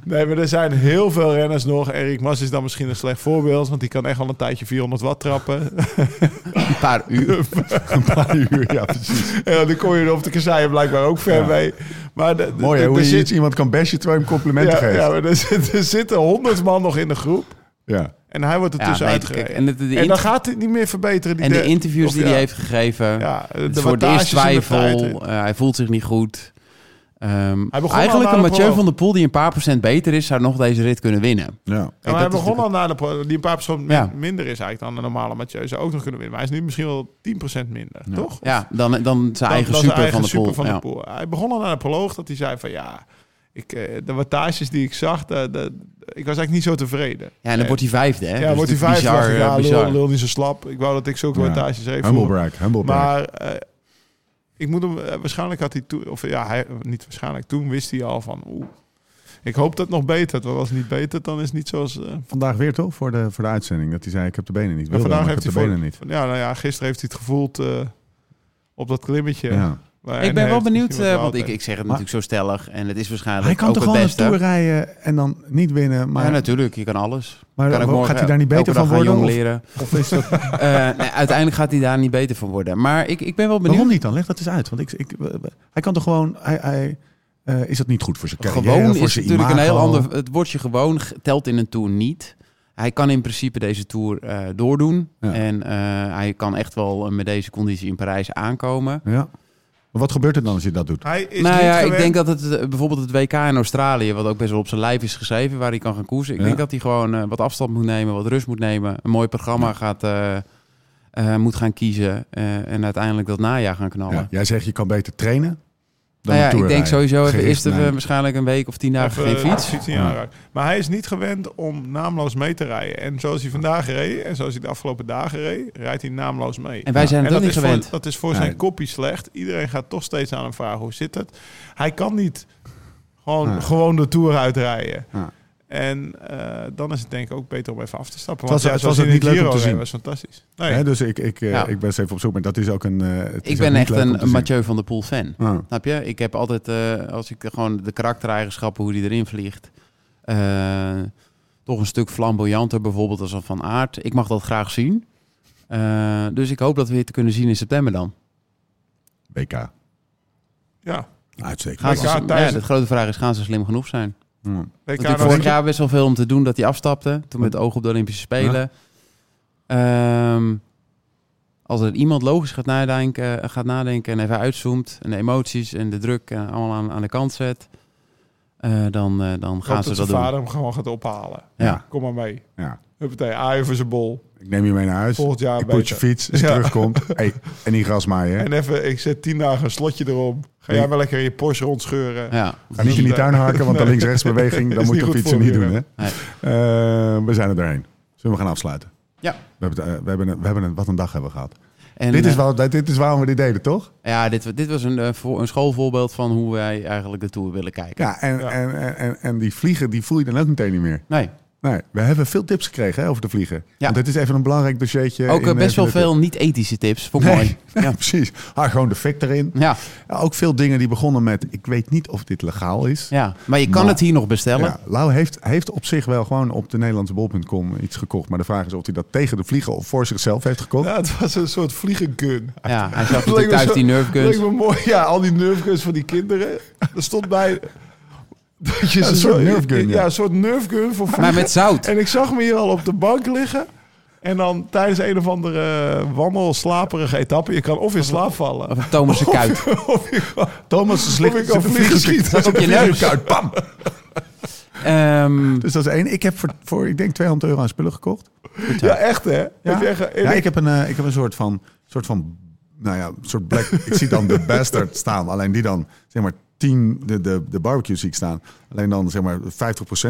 S4: nee, maar er zijn heel veel renners nog. Erik Mas is dan misschien een slecht voorbeeld, want die kan echt al een tijdje 400 watt trappen.
S3: een paar uur.
S1: Een paar uur, ja precies.
S4: ja, dan kom je er op de kasseien blijkbaar ook ver
S1: Ja.
S4: mee. Maar de, de-
S1: Mooi hè,
S4: de-
S1: hoe
S4: er
S1: je
S4: zit-
S1: iets iemand kan bashen terwijl je hem complimenten
S4: ja,
S1: geeft.
S4: ja,
S1: Ja,
S4: maar er, zit- er zitten 100 man nog in de groep en hij wordt er
S3: Ja,
S4: tussen
S3: nee,
S4: uitgereden.
S3: kijk,
S4: En,
S3: en, het- de,
S4: dan
S3: int-
S4: gaat hij niet meer verbeteren. Die
S3: en de
S4: der-
S3: interviews
S4: of
S3: die
S4: ja,
S3: hij heeft gegeven.
S4: Ja, de,
S3: het
S4: de
S3: is voor het eerst
S4: wattages en de
S3: twijfel.
S4: feiten.
S3: eh, hij voelt zich niet goed. Ehm,
S4: Hij begon al
S3: eigenlijk
S4: naar
S3: een
S4: de
S3: Mathieu
S4: proloog.
S3: van der Poel die een paar procent beter is, zou nog deze rit kunnen winnen.
S1: ja.
S4: Ja, maar hij
S3: Kijk, dat is
S4: begon al na de pro- die een paar procent min-
S3: Ja.
S4: minder is eigenlijk dan de normale Mathieu zou ook nog kunnen winnen. Maar hij is nu misschien wel 10% minder, toch?
S3: Ja, dan, dan zijn
S4: Dan-
S3: eigen
S4: dan
S3: super
S4: zijn eigen
S3: van de Poel.
S4: super van
S3: ja.
S4: de Poel. Hij begon al aan de proloog dat hij zei van ja, ik, eh, de wattages die ik zag, de, de- ik was eigenlijk niet zo tevreden. Eh,
S3: Ja, en dan wordt hij vijfde, hè?
S4: ja,
S3: Dus
S4: wordt hij
S3: het is
S4: vijfde.
S3: Bizar,
S4: dacht ik, ja,
S3: eh, bizar.
S4: lul, lul niet zo slap. Ik wou dat ik zulke
S1: Ja.
S4: wattages even
S1: Humble brag, humble brag.
S4: Maar eh, ik moet hem eh, waarschijnlijk had hij toen, of ja, hij, niet waarschijnlijk, toen wist hij al van oeh. Ik hoop dat het nog beter. Het was niet beter, dan is het niet zoals. eh,
S1: Vandaag weer toch, voor de, voor de uitzending, dat hij zei ik heb de benen niet.
S4: Maar
S1: Wilde,
S4: vandaag
S1: maar ik
S4: heeft
S1: heb de
S4: hij
S1: benen
S4: voor-
S1: niet.
S4: Ja, nou ja, gisteren heeft hij het gevoeld eh, op dat klimmetje.
S1: Ja.
S4: Waarin
S3: Ik ben wel
S4: heeft
S3: benieuwd,
S4: misschien wat
S3: eh, want ik,
S4: behaald
S3: ik zeg het
S1: Maar-
S3: natuurlijk zo stellig. En het is waarschijnlijk
S1: Hij kan
S3: ook
S1: toch
S3: het
S1: gewoon een
S3: beste.
S1: tour rijden en dan niet winnen,
S3: maar... Ja,
S1: maar,
S3: natuurlijk. Je kan alles.
S1: maar
S3: Kan ook
S1: wat-
S3: morgen
S1: gaat hij daar niet
S3: elke
S1: beter
S3: dag
S1: van
S3: aan
S1: worden?
S3: Jong
S1: Of,
S3: leren.
S1: of is dat,
S3: Eh, nee, uiteindelijk gaat hij daar niet beter van worden. Maar ik, ik ben wel benieuwd.
S1: waarom niet dan? Leg dat eens uit. Want ik, ik, eh, hij kan toch gewoon... Hij, hij, eh, is dat niet goed voor zijn carrière,
S3: Gewoon
S1: voor
S3: is
S1: zijn
S3: natuurlijk een heel
S1: imago?
S3: ander... Het woordje gewoon g- telt in een tour niet. Hij kan in principe deze tour eh, doordoen.
S1: Ja.
S3: En eh, hij kan echt wel eh, met deze conditie in Parijs aankomen.
S1: Ja. Maar wat gebeurt er dan als je dat doet?
S4: Hij is
S3: nou
S4: niet
S3: ja, ik
S4: gewend.
S3: denk dat het eh, bijvoorbeeld het WK in Australië, wat ook best wel op zijn lijf is geschreven, waar hij kan gaan koersen. Ik
S1: Ja.
S3: denk dat hij gewoon eh, wat afstand moet nemen, wat rust moet nemen, een mooi programma gaat, eh, eh, moet gaan kiezen eh, en uiteindelijk dat najaar gaan knallen.
S1: Ja, jij zegt je kan beter trainen dan
S3: nou
S1: een
S3: ja,
S1: tour
S3: ik denk
S1: rijden.
S3: sowieso even
S1: Gericht,
S3: eerst even
S1: nee.
S3: waarschijnlijk een week of tien dagen
S4: Of, eh,
S3: geen fiets.
S4: niet aanraken. Maar hij is niet gewend om naamloos mee te rijden. En zoals hij vandaag reed en zoals hij de afgelopen dagen reed, rijdt hij naamloos mee.
S3: En wij zijn het
S4: dat,
S3: ook niet
S4: is
S3: gewend.
S4: Voor, dat is voor
S1: Nee.
S4: zijn kopie slecht. Iedereen gaat toch steeds aan hem vragen hoe zit het. Hij kan niet gewoon,
S1: Nee.
S4: gewoon de tour uitrijden.
S1: Ja.
S4: En eh, dan is het denk ik ook beter om even af te stappen.
S1: Het was-
S4: Want ja,
S1: het
S4: zoals
S1: was
S4: hij
S1: ook
S4: in
S1: niet
S4: de
S1: leuk om
S4: Giro
S1: te
S4: reed,
S1: zien.
S4: was fantastisch. Nee,
S1: Hè, dus ik, ik, eh,
S3: Ja.
S1: ik ben eens even op zoek, maar dat is ook een... eh, het
S3: Ik
S1: is
S3: ben
S1: ook niet
S3: echt
S1: leuk om te
S3: een
S1: zien.
S3: Mathieu van der Poel fan.
S1: Ah.
S3: Snap je? Ik heb altijd, eh, als ik gewoon de karaktereigenschappen, hoe die erin vliegt, eh, toch een stuk flamboyanter bijvoorbeeld als een Van Aert. Ik mag dat graag zien. Eh, dus ik hoop dat we het kunnen zien in september dan.
S1: WK.
S4: ja.
S1: Uitstekend.
S3: Gaan ze,
S4: WK
S3: ja,
S4: thuis.
S3: de grote vraag is, gaan ze slim genoeg zijn?
S1: Ja.
S4: WK
S3: Natuurlijk
S4: nog-
S3: vorig jaar best wel veel om te doen dat hij afstapte. Toen met het oog op de Olympische Spelen. Ehm, als er iemand logisch gaat nadenken, eh, gaat nadenken en even uitzoomt en de emoties en de druk eh, allemaal aan, aan de kant zet, eh, dan, eh, dan gaan
S4: Gaat
S3: ze
S4: dat
S3: dat
S4: zijn
S3: doen.
S4: vader hem gewoon gaat ophalen.
S3: Ja.
S4: Kom maar mee.
S1: Ja.
S4: Huppatee, aaien voor zijn bol.
S1: Ik neem je mee naar huis.
S4: Volgend jaar
S1: ik
S4: beter.
S1: put je fiets. Als je
S4: Ja.
S1: terugkomt. Hey, en die grasmaaien. hè?
S4: En even, ik zet tien dagen een slotje erom. Ga
S1: Nee.
S4: jij maar lekker in je Porsche rondscheuren.
S3: Ja.
S1: Ga niet in die tuin haken, want de links-rechts beweging, dan
S4: Is
S1: moet je
S4: niet
S1: op
S4: goed
S1: fietsen
S4: voor
S1: niet
S4: je,
S1: doen. Hè?
S3: hè?
S1: Eh, we zijn er doorheen. Zullen we gaan afsluiten?
S3: Ja.
S1: We hebben, het, eh, we hebben, een, we hebben een, wat een dag hebben we gehad.
S3: En,
S1: dit, is
S3: eh,
S1: wel, dit is waarom we dit deden, toch?
S3: ja, dit, dit was een, eh, voor- een schoolvoorbeeld van hoe wij eigenlijk de tour willen kijken.
S1: Ja, en,
S4: Ja.
S1: En, en, en, en die vliegen, die voel je dan ook meteen niet meer.
S3: Nee,
S1: Nee, we hebben veel tips gekregen hè, over de vliegen.
S3: Ja.
S1: Want dit is even een belangrijk dossiertje.
S3: ook eh,
S1: in,
S3: best
S1: eh,
S3: wel veel niet-ethische tips. Vond ik
S1: Nee.
S3: mooi.
S1: Ja, precies. Ah, gewoon de fik erin.
S3: Ja,
S1: Ja, ook veel dingen die begonnen met... ik weet niet of dit legaal is.
S3: ja, maar je kan
S1: Maar-
S3: het hier nog bestellen.
S1: Ja, Lau heeft, heeft op zich wel gewoon op de Nederlandse bol.com iets gekocht. Maar de vraag is of hij dat tegen de vliegen of voor zichzelf heeft gekocht.
S4: Ja, het was een soort vliegengun.
S3: Ja, hij zag
S4: Leek me
S3: natuurlijk thuis
S4: zo-
S3: die nerfguns.
S4: Leek me mooi. Ja, al die nerfguns van die kinderen. Er stond bij... Dat je
S1: Ja, een
S4: zo-
S1: soort nerfgun, ja.
S4: Ja, een soort nerfgun voor
S3: Maar
S4: vliegen.
S3: met zout.
S4: En ik zag hem hier al op de bank liggen. En dan tijdens een of andere eh, wandel, slaperige etappe. Je kan of in slaap vallen.
S3: Of een Thomas de Kuit.
S4: Of je kan,
S1: Thomas
S4: of je kan vliegen schieten.
S3: Dat op je neus.
S1: Bam!
S3: Ehm,
S1: Dus dat is één. Ik heb voor, voor ik denk 200 euro aan spullen gekocht.
S4: Ja, echt hè? Heb je echt-
S1: ja, ik heb een, eh, ik heb een soort van, soort van, nou ja, een soort black. ik zie dan de bastard staan. Alleen die dan, zeg maar, 10 de, de, de barbecue zie ik staan. Alleen dan, zeg maar, 50%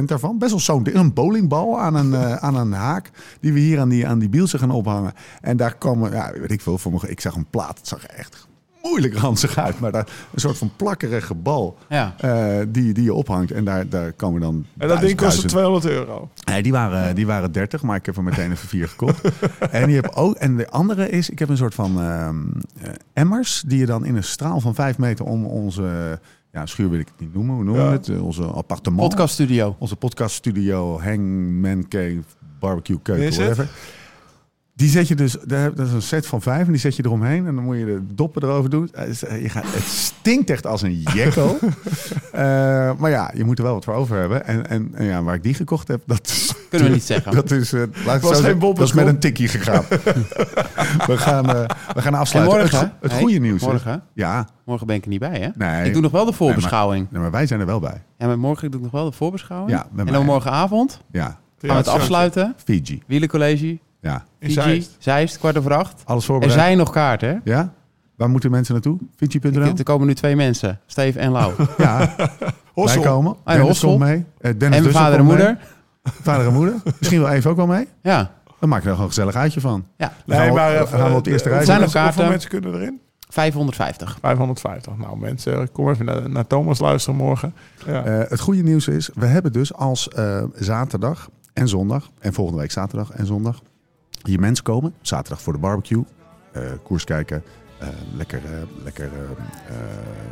S1: daarvan. Best wel zo'n ding. Een bowlingbal aan een, eh, aan een haak. Die we hier aan die, aan die bielsen gaan ophangen. En daar kwam, eh, ja, weet ik veel, voor me, ik zag een plaat. Het zag er echt moeilijk ranzig uit. Maar daar, een soort van plakkerige bal.
S3: Ja.
S1: eh, die, die je ophangt. En daar, daar komen dan.
S4: En dat ding kostte
S1: duizend-
S4: 200 euro.
S1: Nee, die waren, eh, die waren 30, maar ik heb er meteen even vier gekocht. en, die heb ook, en de andere is, ik heb een soort van ehm, eh, emmers... die je dan in een straal van vijf meter om onze... Ja, schuur wil ik het niet noemen. Hoe noemen we
S4: Ja.
S1: het? Eh, Onze appartement.
S3: podcaststudio.
S1: Onze podcaststudio, Hangman Cave, Barbecue Keuken,
S4: Is het?
S1: whatever. Die zet je dus, daar- dat is een set van vijf en die zet je eromheen. En dan moet je de doppen erover doen. Eh, is- eh, Je gaat, het stinkt echt als een jekko. Eh, maar ja, je moet er wel wat voor over hebben. En, en, en ja, waar ik die gekocht heb, dat is
S3: Kunnen we niet zeggen.
S1: dat is, eh, laat ik het zo
S4: geen
S1: zeggen,
S4: Bob,
S1: dat is
S4: het
S1: met
S4: kon.
S1: een tikkie gegaan. we, gaan, eh, we gaan afsluiten.
S3: En morgen,
S1: het go- het
S3: hè?
S1: goede nieuws. hè?
S3: Morgen, hè?
S1: Ja,
S3: Morgen ben ik er niet bij, hè?
S1: Nee.
S3: Ik doe nog wel de voorbeschouwing.
S1: nee, maar wij zijn er wel bij.
S3: Ja, maar morgen doe ik nog wel de voorbeschouwing.
S1: Ja, met
S3: en
S1: mij.
S3: dan morgenavond gaan
S1: Ja,
S3: we het afsluiten.
S1: Fiji.
S3: Wielencollege,
S1: Ja,
S4: In
S3: Fiji,
S4: Zeist.
S3: Zeist, kwart over acht.
S1: alles
S3: Er
S1: voorbereid.
S3: zijn nog kaarten, hè?
S1: Ja? Waar moeten mensen naartoe? Fiji.nl?
S3: Er komen nu twee mensen, Steve en Lau.
S1: Ja, wij
S4: Hossel.
S1: komen.
S3: en
S1: Dennis
S3: Hossel.
S1: komt mee. Eh, Dennis
S3: Ah, en mijn
S1: Dussel
S3: vader en
S1: komt
S3: moeder.
S1: mee. Vader en moeder. Misschien wel even ook wel mee.
S3: Ja,
S1: Dan maak je er gewoon een gezellig uitje van.
S3: ja.
S1: Dan gaan we- dan gaan
S4: eh,
S1: we op de eerste rij
S3: zijn
S4: Zijn
S3: nog
S4: er Hoeveel
S3: kaarten.
S4: mensen kunnen erin?
S3: 550.
S4: 550. Nou mensen, kom even naar, naar Thomas luisteren morgen. Ja.
S1: Eh, het goede nieuws is, we hebben dus als eh, zaterdag en zondag, en volgende week zaterdag en zondag, hier mensen komen. Zaterdag voor de barbecue, eh, koers kijken, eh, lekker, eh, lekker eh, eh,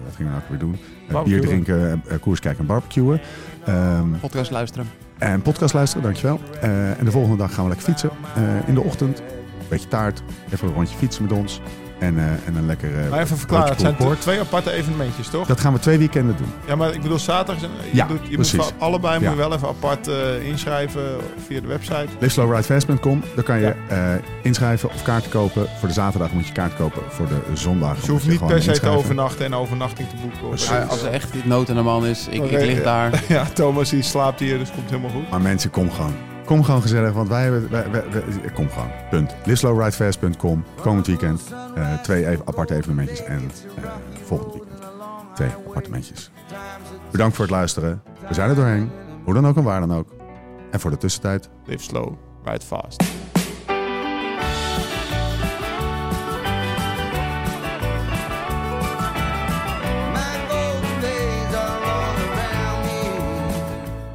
S1: wat gingen we nou ook weer doen? Eh, bier
S4: Barbecuen.
S1: drinken, eh, eh, koers kijken en barbecuen. Ehm,
S3: Podcast luisteren.
S1: en podcast luisteren, dankjewel. Eh, en de volgende dag gaan we lekker fietsen. Eh, in de ochtend, een beetje taart, even een rondje fietsen met ons. En, eh, en een lekker eh,
S4: maar even
S1: broodje
S4: verklaren, het zijn
S1: koolpoort.
S4: twee aparte evenementjes, toch?
S1: Dat gaan we twee weekenden doen.
S4: Ja, maar ik bedoel, zaterdag... Je
S1: Ja,
S4: doet, je
S1: precies.
S4: Moet voor allebei moet
S1: Ja.
S4: je wel even apart eh, inschrijven via de website. Dus
S1: Liveslowridefast.com. Daar kan je eh, inschrijven of kaarten kopen. Voor de zaterdag moet je kaart kopen. Voor de zondag
S4: Dus
S1: moet
S4: je hoeft niet
S1: gewoon
S4: per se te
S1: inschrijven.
S4: overnachten en overnachting te boeken. Of,
S3: Ja, als er echt dit nood aan de man is, ik, ik lig daar.
S4: ja, Thomas die slaapt hier, dus komt helemaal goed.
S1: Maar mensen, kom gewoon. Kom gewoon gezellig, want wij hebben... Wij, wij- wij- kom gewoon. Punt. Liveslowridefast.com. Komend weekend eh, twee even- aparte evenementjes. En eh, volgend weekend twee appartementjes. Bedankt voor het luisteren. We zijn er doorheen. Hoe dan ook en waar dan ook. En voor de tussentijd...
S4: Live slow, ride fast.